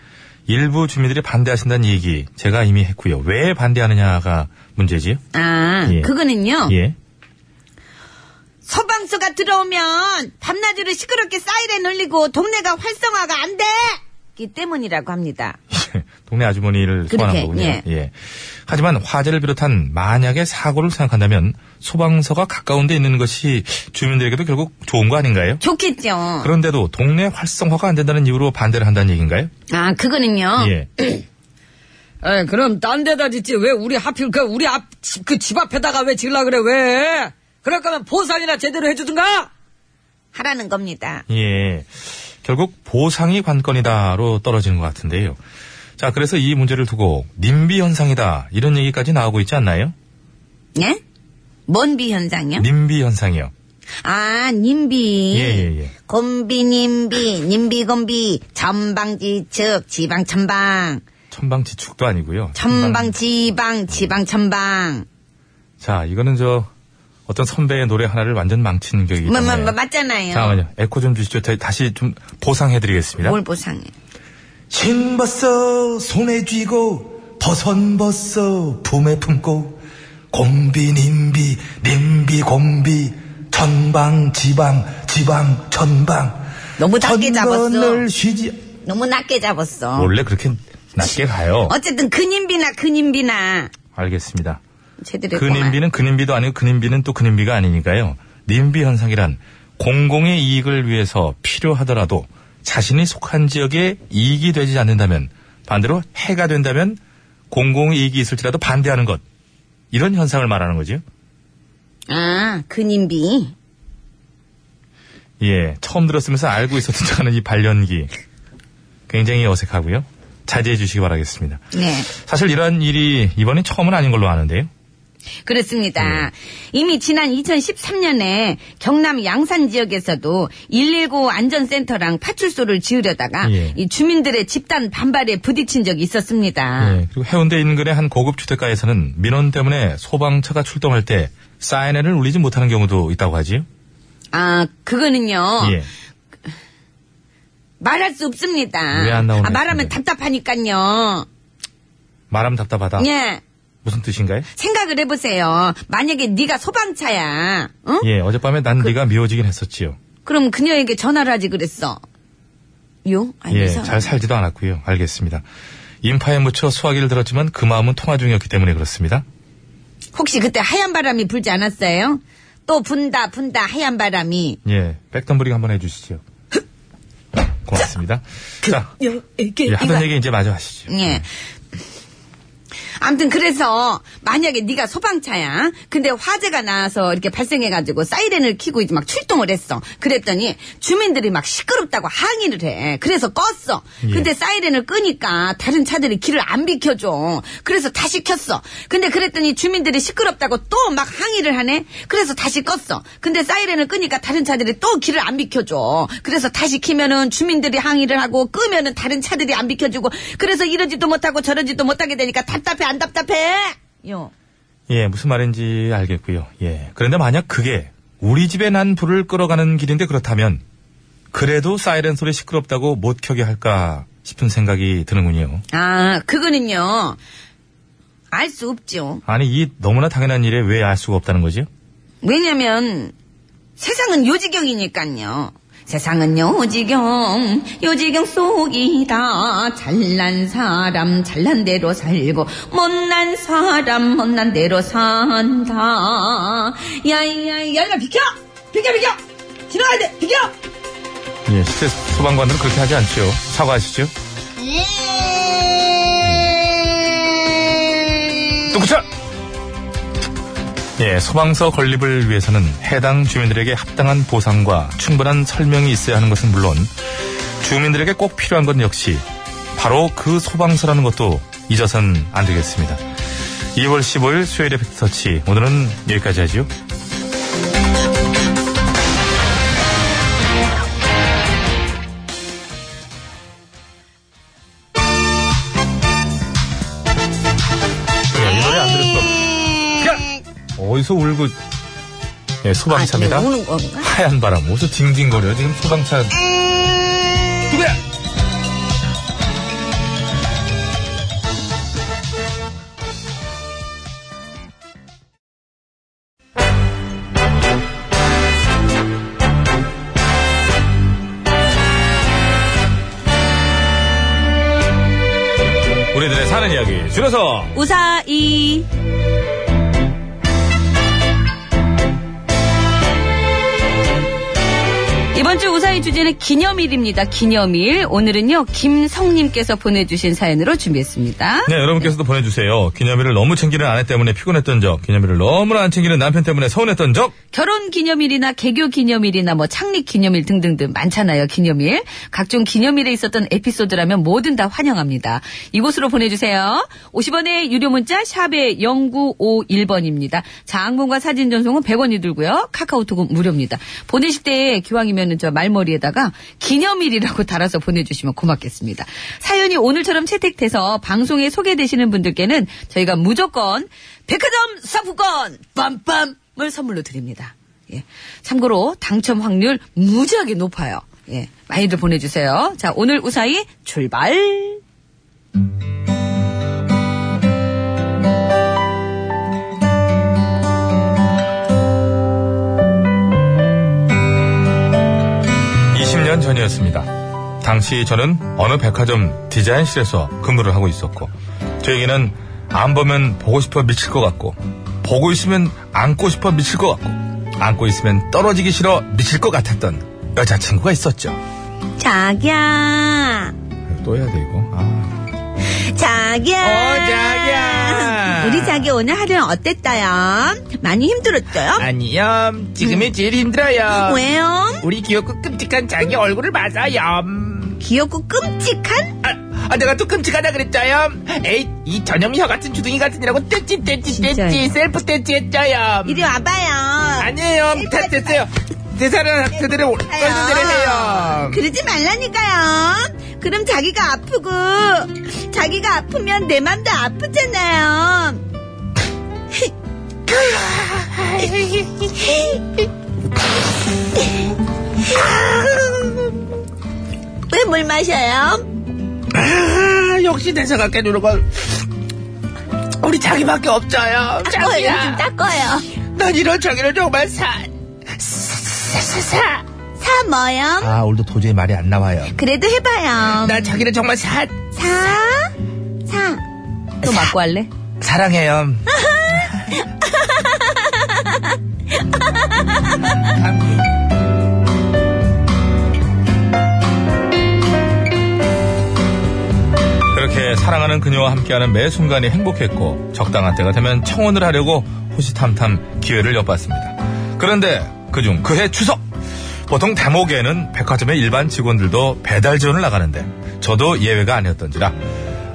S1: 일부 주민들이 반대하신다는 얘기 제가 이미 했고요. 왜 반대하느냐가 문제지요?
S2: 아,
S1: 예.
S2: 그거는요.
S1: 예.
S2: 소방서가 들어오면 밤낮으로 시끄럽게 사이렌 울리고 동네가 활성화가 안 돼! 기 때문이라고 합니다.
S1: 동네 아주머니를 소환한
S2: 그렇게,
S1: 거군요.
S2: 예.
S1: 하지만 화재를 비롯한 만약의 사고를 생각한다면 소방서가 가까운 데 있는 것이 주민들에게도 결국 좋은 거 아닌가요?
S2: 좋겠죠.
S1: 그런데도 동네 활성화가 안 된다는 이유로 반대를 한다는 얘기인가요?
S2: 아, 그거는요.
S1: 예.
S15: 에 예, 그럼 딴 데다 짓지 왜 우리 하필 그 우리 앞 그 집 앞에다가 왜 질라 그래 왜? 그럴 거면 보상이나 제대로 해주든가.
S2: 하라는 겁니다.
S1: 예. 결국 보상이 관건이다로 떨어지는 것 같은데요. 자, 그래서 이 문제를 두고 님비 현상이다 이런 얘기까지 나오고 있지 않나요?
S2: 예? 먼비 현상이요?
S1: 님비 현상이요.
S2: 아, 님비.
S1: 예, 예, 예.
S2: 곰비, 님비, 님비, 곰비, 전방지측, 지방천방,
S1: 천방지축도 아니고요. 음.
S2: 천방지방, 지방천방.
S1: 자, 이거는 저 어떤 선배의 노래 하나를 완전 망친 격이잖
S2: 뭐, 뭐,
S1: 아요
S2: 뭐, 맞잖아요.
S1: 잠깐만요. 에코 좀 주시죠. 다- 다시 좀 보상해드리겠습니다.
S2: 뭘 보상해?
S6: 신벗어 손에 쥐고 버선벗어 품에 품고 곰비 님비 님비 곰비 천방 지방 지방 천방
S1: 뭐
S2: 너무 작게 잡았어.
S6: 천년을 쉬지
S2: 너무 낮게 잡았어.
S1: 원래 그렇게 낮게 가요.
S2: 어쨌든 그 근인비나 근인비나.
S1: 알겠습니다.
S2: 제대로 했구만.
S1: 근인비는 근인비도 아니고 근인비는 또 근인비가 아니니까요. 님비 현상이란 공공의 이익을 위해서 필요하더라도 자신이 속한 지역에 이익이 되지 않는다면 반대로 해가 된다면 공공 이익이 있을지라도 반대하는 것 이런 현상을 말하는 거지요.
S2: 아, 근인비.
S1: 예, 처음 들었으면서 알고 있었던 척하는 이 발연기 굉장히 어색하고요. 자제해 주시기 바라겠습니다.
S2: 네.
S1: 사실 이러한 일이 이번이 처음은 아닌 걸로 아는데요. 네.
S2: 그렇습니다. 이미 지난 2013년에 경남 양산 지역에서도 119 안전센터랑 파출소를 지으려다가
S1: 예.
S2: 이 주민들의 집단 반발에 부딪힌 적이 있었습니다.
S1: 예, 그리고 해운대 인근의 한 고급 주택가에서는 민원 때문에 소방차가 출동할 때 사이렌을 울리지 못하는 경우도 있다고 하지요.
S2: 아, 그거는요.
S1: 예.
S2: 말할 수 없습니다.
S1: 왜안 나오나요,
S2: 아, 말하면 답답하니까요.
S1: 말하면 답답하다.
S2: 예. 어?
S1: 무슨 뜻인가요?
S2: 생각을 해보세요. 만약에 네가 소방차야, 응?
S1: 예, 어젯밤에 난 네가 미워지긴 했었지요.
S2: 그럼 그녀에게 전화를 하지 그랬어. 요? 아니,
S1: 예,
S2: 이상하네.
S1: 잘 살지도 않았고요. 알겠습니다. 인파에 묻혀 수화기를 들었지만 그 마음은 통화 중이었기 때문에 그렇습니다.
S2: 혹시 그때 하얀 바람이 불지 않았어요? 또 분다 분다 하얀 바람이
S1: 예, 백덤블링 한번 해주시죠. 고맙습니다. 자,
S2: 여에게
S1: 예, 하던 얘기 이제 마저 하시죠.
S2: 예. 아무튼 그래서 만약에 네가 소방차야. 근데 화재가 나서 이렇게 발생해가지고 사이렌을 켜고 이제 막 출동을 했어. 그랬더니 주민들이 막 시끄럽다고 항의를 해. 그래서 껐어.
S16: 예.
S2: 근데 사이렌을 끄니까 다른 차들이 길을 안 비켜줘. 그래서 다시 켰어. 근데 그랬더니 주민들이 시끄럽다고 또 막 항의를 하네. 그래서 다시 껐어. 근데 사이렌을 끄니까 다른 차들이 또 길을 안 비켜줘. 그래서 다시 키면은 주민들이 항의를 하고 끄면은 다른 차들이 안 비켜주고 그래서 이러지도 못하고 저러지도 못하게 되니까 답답해 안 답답해? 요.
S1: 예, 무슨 말인지 알겠고요. 예. 그런데 만약 그게 우리 집에 난 불을 끌어가는 길인데 그렇다면 그래도 사이렌 소리 시끄럽다고 못 켜게 할까 싶은 생각이 드는군요.
S2: 아 그거는요 알 수 없죠.
S1: 아니 이 너무나 당연한 일에 왜 알 수가 없다는 거지요?
S2: 왜냐면 세상은 요지경이니까요. 세상은 요지경, 요지경 속이다. 잘난 사람 잘난 대로 살고 못난 사람 못난 대로 산다. 야야 야야 비켜, 비켜 비켜, 지나가야 돼, 비켜.
S1: 예, 실제 소방관들은 그렇게 하지 않죠. 사과하시죠.
S8: 음.
S1: 뚜구차! 예, 소방서 건립을 위해서는 해당 주민들에게 합당한 보상과 충분한 설명이 있어야 하는 것은 물론 주민들에게 꼭 필요한 건 역시 바로 그 소방서라는 것도 잊어선 안 되겠습니다.
S3: 2월 15일 수요일의 팩트터치. 오늘은 여기까지 하죠. 야, 이 노래 안 들을 수 없어. 야! 어디서 울고, 예, 소방차입니다.
S13: 아, 내가 우는 건가?
S3: 하얀 바람, 어디서 딩딩거려. 지금 소방차. 누구야? 우리들의 사는 이야기 줄여서
S2: 우사이. 이번 주 우사이 주제는 기념일입니다. 기념일. 오늘은요, 김성님께서 보내주신 사연으로 준비했습니다.
S3: 네, 여러분께서도 보내주세요. 기념일을 너무 챙기는 아내 때문에 피곤했던 적, 기념일을 너무나 안 챙기는 남편 때문에 서운했던 적.
S2: 결혼 기념일이나 개교 기념일이나 뭐 창립 기념일 등등등 많잖아요. 기념일. 각종 기념일에 있었던 에피소드라면 뭐든 다 환영합니다. 이곳으로 보내주세요. 50원의 유료 문자 샵의 0951번입니다. 장문과 사진 전송은 100원이 들고요. 카카오톡은 무료입니다. 보내실 때 기왕이면 저 말머리에다가 기념일이라고 달아서 보내주시면 고맙겠습니다. 사연이 오늘처럼 채택돼서 방송에 소개되시는 분들께는 저희가 무조건 백화점 상품권 빰빰을 선물로 드립니다. 예. 참고로 당첨 확률 무지하게 높아요. 예. 많이들 보내주세요. 자, 오늘 우사히 출발!
S3: 이 20년 전이었습니다. 당시 저는 어느 백화점 디자인실에서 근무를 하고 있었고, 저에게는 안 보면 보고 싶어 미칠 것 같고, 보고 있으면 안고 싶어 미칠 것 같고, 안고 있으면 떨어지기 싫어 미칠 것 같았던 여자친구가 있었죠.
S17: 자기야.
S3: 또 해야 돼, 이거. 아.
S17: 자기야.
S1: 어, 자기야.
S17: 우리 자기 오늘 하루는 어땠어요? 많이 힘들었어요?
S1: 아니요. 지금이 제일 힘들어요.
S17: 왜요?
S1: 우리 귀엽고 끔찍한 자기 얼굴을 봐서요.
S17: 귀엽고 끔찍한?
S1: 아, 아, 내가 또 끔찍하다 그랬죠요. 에이, 이 전염혀 같은 주둥이 같은 이라고 떼찌, 떼찌, 떼찌, 셀프 떼찌 했죠요.
S17: 이리 와봐요.
S1: 아니에요. 다 됐어요. 대사는 그대로 올대로 해요. 아,
S17: 그러지 말라니까요. 그럼 자기가 아프고, 자기가 아프면 내 맘도 아프잖아요. 왜 물 마셔요?
S1: 아, 역시 대사가 깨주는 건 우리 자기밖에 없죠요.
S17: 닦아요, 좀
S1: 자기야.
S17: 닦아요.
S1: 난 이런 자기를 정말 사.
S17: 사, 사 뭐요?
S1: 아, 오늘도 도저히 말이 안 나와요.
S17: 그래도 해봐요.
S1: 나 자기를 정말 사,
S17: 사, 사.
S2: 또 맞고 할래?
S1: 사랑해요.
S3: 그렇게 사랑하는 그녀와 함께하는 매 순간이 행복했고 적당한 때가 되면 청혼을 하려고 호시탐탐 기회를 엿봤습니다. 그런데 그중 그해 추석 보통 대목에는 백화점의 일반 직원들도 배달 지원을 나가는데 저도 예외가 아니었던지라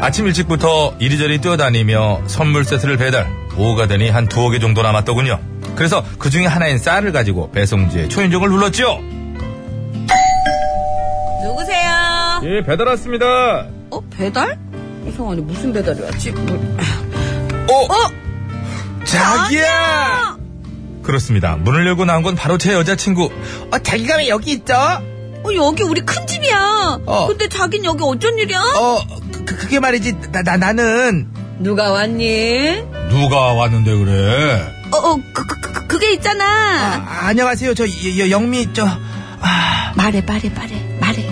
S3: 아침 일찍부터 이리저리 뛰어다니며 선물 세트를 배달 오후가 되니 한 두어 개 정도 남았더군요. 그래서 그 중에 하나인 쌀을 가지고 배송지에 초인종을 눌렀지요.
S2: 누구세요?
S3: 예, 배달 왔습니다.
S2: 어, 배달? 이상하네. 무슨 배달이 왔지? 뭐,
S3: 어? 자기야! 그렇습니다. 문을 열고 나온 건 바로 제 여자친구.
S1: 어, 자기가 왜 여기 있죠?
S17: 어, 여기 우리 큰 집이야.
S1: 어.
S17: 근데 자긴 여기 어쩐 일이야?
S1: 어, 그, 그게 말이지. 나, 나, 나는.
S2: 누가 왔니?
S3: 누가 왔는데 그래?
S17: 어, 어, 그, 그, 그, 그게 있잖아.
S1: 아, 안녕하세요. 저, 여- 여- 영미, 저, 아.
S17: 말해, 말해, 말해, 말해.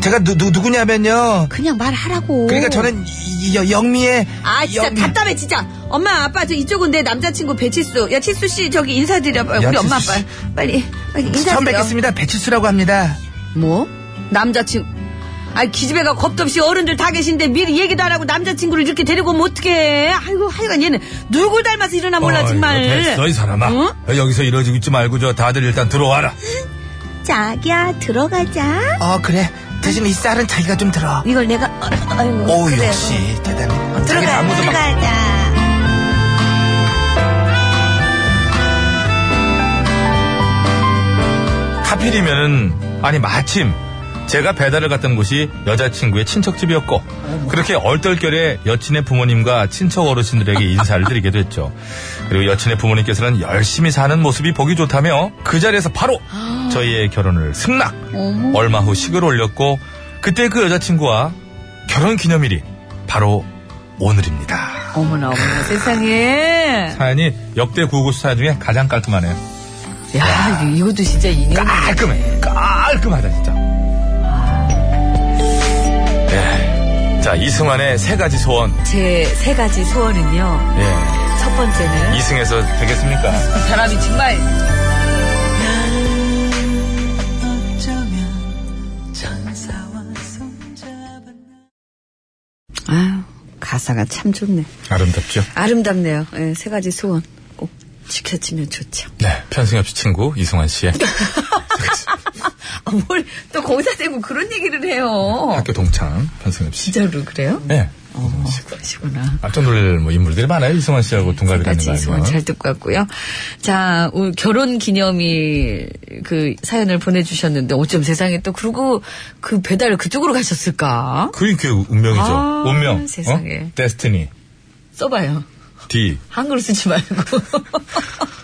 S1: 제가, 제가 누, 누, 누구냐면요.
S17: 그냥 말하라고.
S1: 그러니까 저는 이- 이- 여- 영미의
S17: 아, 진짜 답답해, 진짜. 엄마, 아빠, 저 이쪽은 내 남자친구 배치수. 야, 치수 씨, 저기 인사드려봐.
S1: 야,
S17: 우리 엄마,
S1: 치수
S17: 아빠.
S1: 씨.
S17: 빨리, 빨리 인사드려.
S1: 처음 뵙겠습니다. 배치수라고 그 합니다.
S2: 뭐?
S17: 남자친구. 아, 기집애가 겁도 없이 어른들 다 계신데 미리 얘기도 안 하고 남자친구를 이렇게 데리고 오면 어떡해. 아이고, 하여간 얘는 누굴 닮아서 일어나 몰라,
S3: 어이구,
S17: 정말.
S3: 됐어, 이 사람아. 여기서 이러지고 있지 말고 저 다들 일단 들어와라.
S17: 자기야, 들어가자.
S1: 어, 그래. 대신 이 쌀은 자기가 좀 들어.
S17: 이걸 내가, 어, 아이고.
S1: 오,
S17: 그래.
S1: 역시. 대단해.
S17: 들어가,
S1: 자기는 아무도 막-
S17: 들어가자.
S3: 하필이면은 아니 마침 제가 배달을 갔던 곳이 여자친구의 친척집이었고 그렇게 얼떨결에 여친의 부모님과 친척 어르신들에게 인사를 드리게 됐죠. 그리고 여친의 부모님께서는 열심히 사는 모습이 보기 좋다며 그 자리에서 바로 저희의 결혼을 승낙
S18: 어머.
S3: 얼마 후 식을 올렸고 그때 그 여자친구와 결혼 기념일이 바로 오늘입니다.
S19: 어머나 어머나 세상에.
S3: 사연이 역대 구구 사연 중에 가장 깔끔하네요.
S19: 야 이- 이것도 진짜 인연.
S3: 깔끔해. 깔끔하다 진짜. 예. 자 이승환의 세 가지 소원.
S2: 제 세 가지 소원은요.
S3: 예.
S2: 첫 번째는
S3: 이승에서 되겠습니까?
S19: 사람이 정말
S2: 아 가사가 참 좋네.
S3: 아름답죠.
S2: 아름답네요. 예, 세 가지 소원 꼭 지켜지면 좋죠.
S3: 네. 편승엽 씨 친구 이승환 씨의
S2: 네. 아, 뭘 또 거기다 대고 그런 얘기를 해요.
S3: 학교 동창 편승엽 씨.
S2: 진짜로 그래요?
S3: 네.
S2: 어, 그러시구나.
S3: 깜짝 놀랄 뭐 인물들이 많아요. 이승환 씨하고 동갑이라는
S2: 같이
S3: 거
S2: 소원
S3: 알면.
S2: 잘 듣고 왔고요. 자, 오늘 결혼 기념일 그 사연을 보내주셨는데 어쩜 세상에 또 그러고 그 배달 그쪽으로 가셨을까?
S3: 그게 그 운명이죠.
S2: 아,
S3: 운명.
S2: 세상에.
S3: 어? 데스티니.
S2: 써봐요.
S3: D.
S2: 한글 쓰지 말고.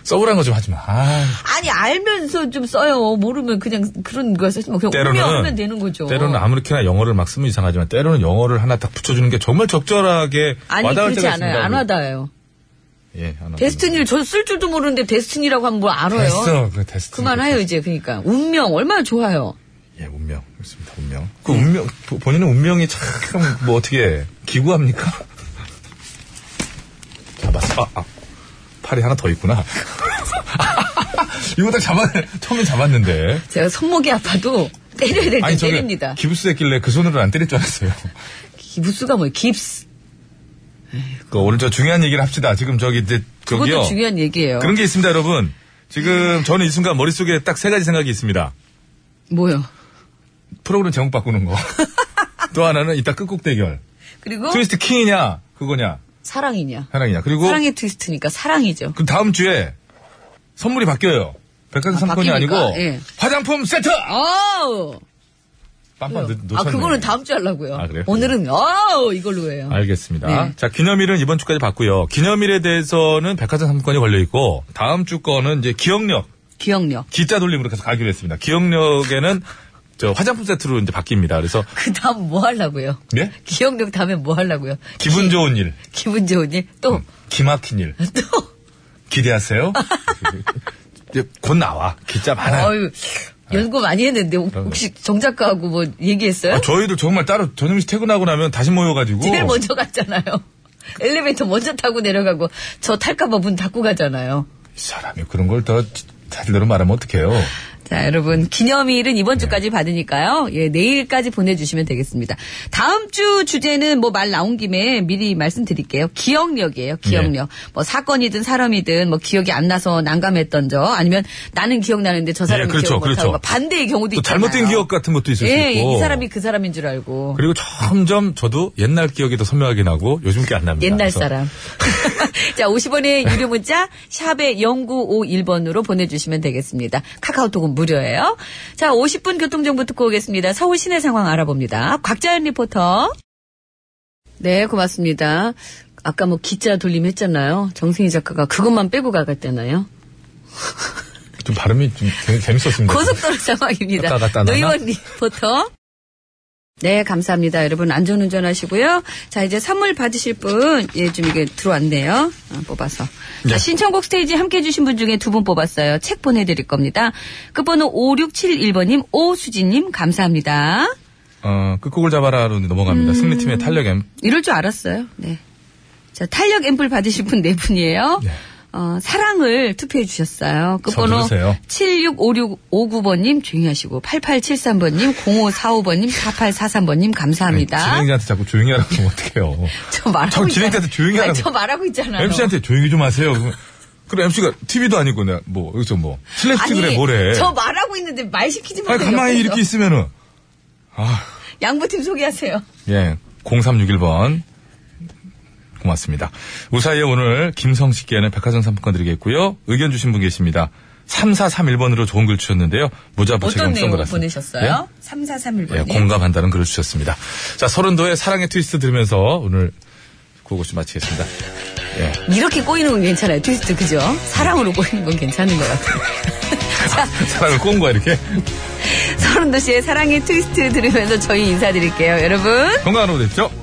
S3: 써보란 거 좀 하지 마. 아,
S2: 아니 알면서 좀 써요. 모르면 그냥 그런 거 쓰지 마. 그냥
S3: 때로는
S2: 운명하면 되는 거죠.
S3: 때로는 아무렇게나 영어를 막 쓰면 이상하지만 때로는 영어를 하나 딱 붙여주는 게 정말 적절하게
S2: 아니
S3: 와닿을
S2: 그렇지
S3: 때가
S2: 않아요.
S3: 있습니다.
S2: 안 와닿아요.
S3: 예, 안 와.
S2: 데스티니를 저 쓸 줄도 모르는데 데스티니라고 하면 뭘 알아요.
S3: 됐어, 그 데스티니.
S2: 그만해요 이제 그러니까 운명 얼마나 좋아요.
S3: 예, 운명. 그렇습니다, 운명.
S2: 예.
S3: 그 운명, 보- 본인은 운명이 참, 뭐 어떻게, 기구합니까? 잡았어. 아, 아. 팔이 하나 더 있구나. 이거 딱 잡았, 처음엔 잡았는데.
S2: 제가 손목이 아파도 때려야 될 때 때립니다.
S3: 기부스 했길래 그 손으로는 안 때릴 줄 알았어요.
S2: 기부스가 뭐예요? 깁스.
S3: 그 오늘 저 중요한 얘기를 합시다. 지금 저기 이제
S2: 그것도
S3: 저기요.
S2: 중요한 얘기예요. 네.
S3: 그런 게 있습니다, 여러분. 지금 저는 이 순간 머릿속에 딱 세 가지 생각이 있습니다.
S2: 뭐요?
S3: 프로그램 제목 바꾸는 거. 또 하나는 이따 끝곡 대결.
S2: 그리고
S3: 트위스트 킹이냐, 그거냐,
S2: 사랑이냐.
S3: 사랑이냐. 그리고
S2: 어? 사랑의 트위스트니까 사랑이죠.
S3: 그 다음 주에 선물이 바뀌어요. 백화점
S2: 아,
S3: 상품이
S2: 바뀝니까?
S3: 아니고
S2: 예.
S3: 화장품 세트.
S2: 어우.
S3: 빵빵 놓-
S2: 아
S3: 놓쳤네.
S2: 그거는 다음 주에 하려고요.
S3: 아, 그래요? 아.
S2: 오늘은 어우 이걸로 해요.
S3: 알겠습니다.
S2: 네.
S3: 자, 기념일은 이번 주까지 받고요. 기념일에 대해서는 백화점 상품권이 걸려 있고 다음 주 거는 이제 기억력
S2: 기억력.
S3: 기자 돌림으로 계속 가기로 했습니다. 기억력에는 저 화장품 세트로 이제 바뀝니다. 그래서
S2: 그 다음 뭐 하려고요?
S3: 예?
S2: 기억력 다음에 뭐 하려고요?
S3: 기분 좋은 일,
S2: 기분 좋은 일? 또
S3: 음. 기막힌 일. 기대하세요. 이제 곧 나와. 기자 많아요.
S2: 어유 연구 많이 했는데 혹시 정작가하고 뭐 얘기했어요?
S3: 아, 저희들 정말 따로 전영미 씨 퇴근하고 나면 다시 모여가지고
S2: 제일 먼저 갔잖아요. 엘리베이터 먼저 타고 내려가고 저 탈까봐 문 닫고 가잖아요.
S3: 사람이 그런 걸 더 사실대로 말하면 어떡해요.
S2: 자, 여러분 기념일은 이번 주까지 받으니까요. 예, 내일까지 보내주시면 되겠습니다. 다음 주 주제는 뭐 말 나온 김에 미리 말씀드릴게요. 기억력이에요. 기억력.
S3: 네.
S2: 뭐 사건이든 사람이든 뭐 기억이 안 나서 난감했던 점 아니면 나는 기억나는데 저 사람이
S3: 예, 그렇죠,
S2: 기억 못하는
S3: 그렇죠.
S2: 거 반대의 경우도
S3: 또
S2: 있잖아요.
S3: 잘못된 기억 같은 것도 있을
S2: 예,
S3: 수 있고.
S2: 예, 이 사람이 그 사람인 줄 알고.
S3: 그리고 점점 저도 옛날 기억이 더 선명하게 나고 요즘 게 안 납니다.
S2: 옛날
S3: 그래서
S2: 사람. 자, 50원의 유료 문자 샵에 0951번으로 보내주시면 되겠습니다. 카카오톡은 무료예요. 자, 50분 교통정보 듣고 오겠습니다. 서울 시내 상황 알아봅니다. 곽자연 리포터. 네, 고맙습니다. 아까 뭐 기자 돌림 했잖아요. 정승희 작가가 그것만 빼고 가갔잖아요.
S3: 좀 발음이 좀 되게 재밌었습니다.
S2: 고속도로 상황입니다.
S3: 갔다 갔다 나나?
S2: 노이원 리포터. 네, 감사합니다. 여러분, 안전운전 하시고요. 자, 이제 선물 받으실 분, 예, 좀 이게 들어왔네요. 아, 뽑아서. 자,
S3: 네.
S2: 신청곡 스테이지 함께 해주신 분 중에 두 분 뽑았어요. 책 보내드릴 겁니다. 끝번호 5671번님, 오수진님, 감사합니다.
S3: 어, 끝곡을 잡아라로 넘어갑니다.
S2: 음,
S3: 승리팀의 탄력엠.
S2: 이럴 줄 알았어요. 네. 자, 탄력 앰플 받으실 분 네 분이에요. 어, 사랑을 투표해 주셨어요. 끝번호
S3: 서두르세요.
S2: 765659번님 조용히 하시고 8873번님 0545번님 4843번님 감사합니다.
S3: 진행자한테 자꾸 조용히 하라고 하면 어떡해요.
S2: 저 말하고
S3: 저
S2: 있잖아요.
S3: 진행자한테 조용히
S2: 아니,
S3: 하라고.
S2: 저 말하고 있잖아요.
S3: MC한테 조용히 좀 하세요. 그러면- 그럼 MC가 TV도 아니고, 내가 뭐, 여기서 뭐,
S2: 아니,
S3: 슬래시그래 뭐래.
S2: 저 말하고 있는데 말 시키지 마세요.
S3: 아니, 가만히
S2: 옆에서.
S3: 이렇게 있으면은. 아,
S2: 양보팀 소개하세요.
S3: 예. 0361번. 고맙습니다. 우사히에 오늘 김성식께는 백화점 상품권 드리겠고요. 의견 주신 분 계십니다. 3431번으로 좋은 글 주셨는데요. 무자
S2: 어떤
S3: 부채경
S2: 내용
S3: 선글라스. 예?
S2: 보내셨어요? 네. 3431번.
S3: 예, 공감한다는 글을 주셨습니다. 자, 서른도의 사랑의 트위스트 들으면서 오늘 구호고시 마치겠습니다. 예.
S2: 이렇게 꼬이는 건 괜찮아요. 트위스트, 그죠? 사랑으로 꼬이는 건 괜찮은 것 같아요.
S3: 사랑을 꼬은 거야, 이렇게.
S2: 서른도 씨의 사랑의 트위스트 들으면서 저희 인사드릴게요. 여러분.
S3: 건강한 오후 되십시오.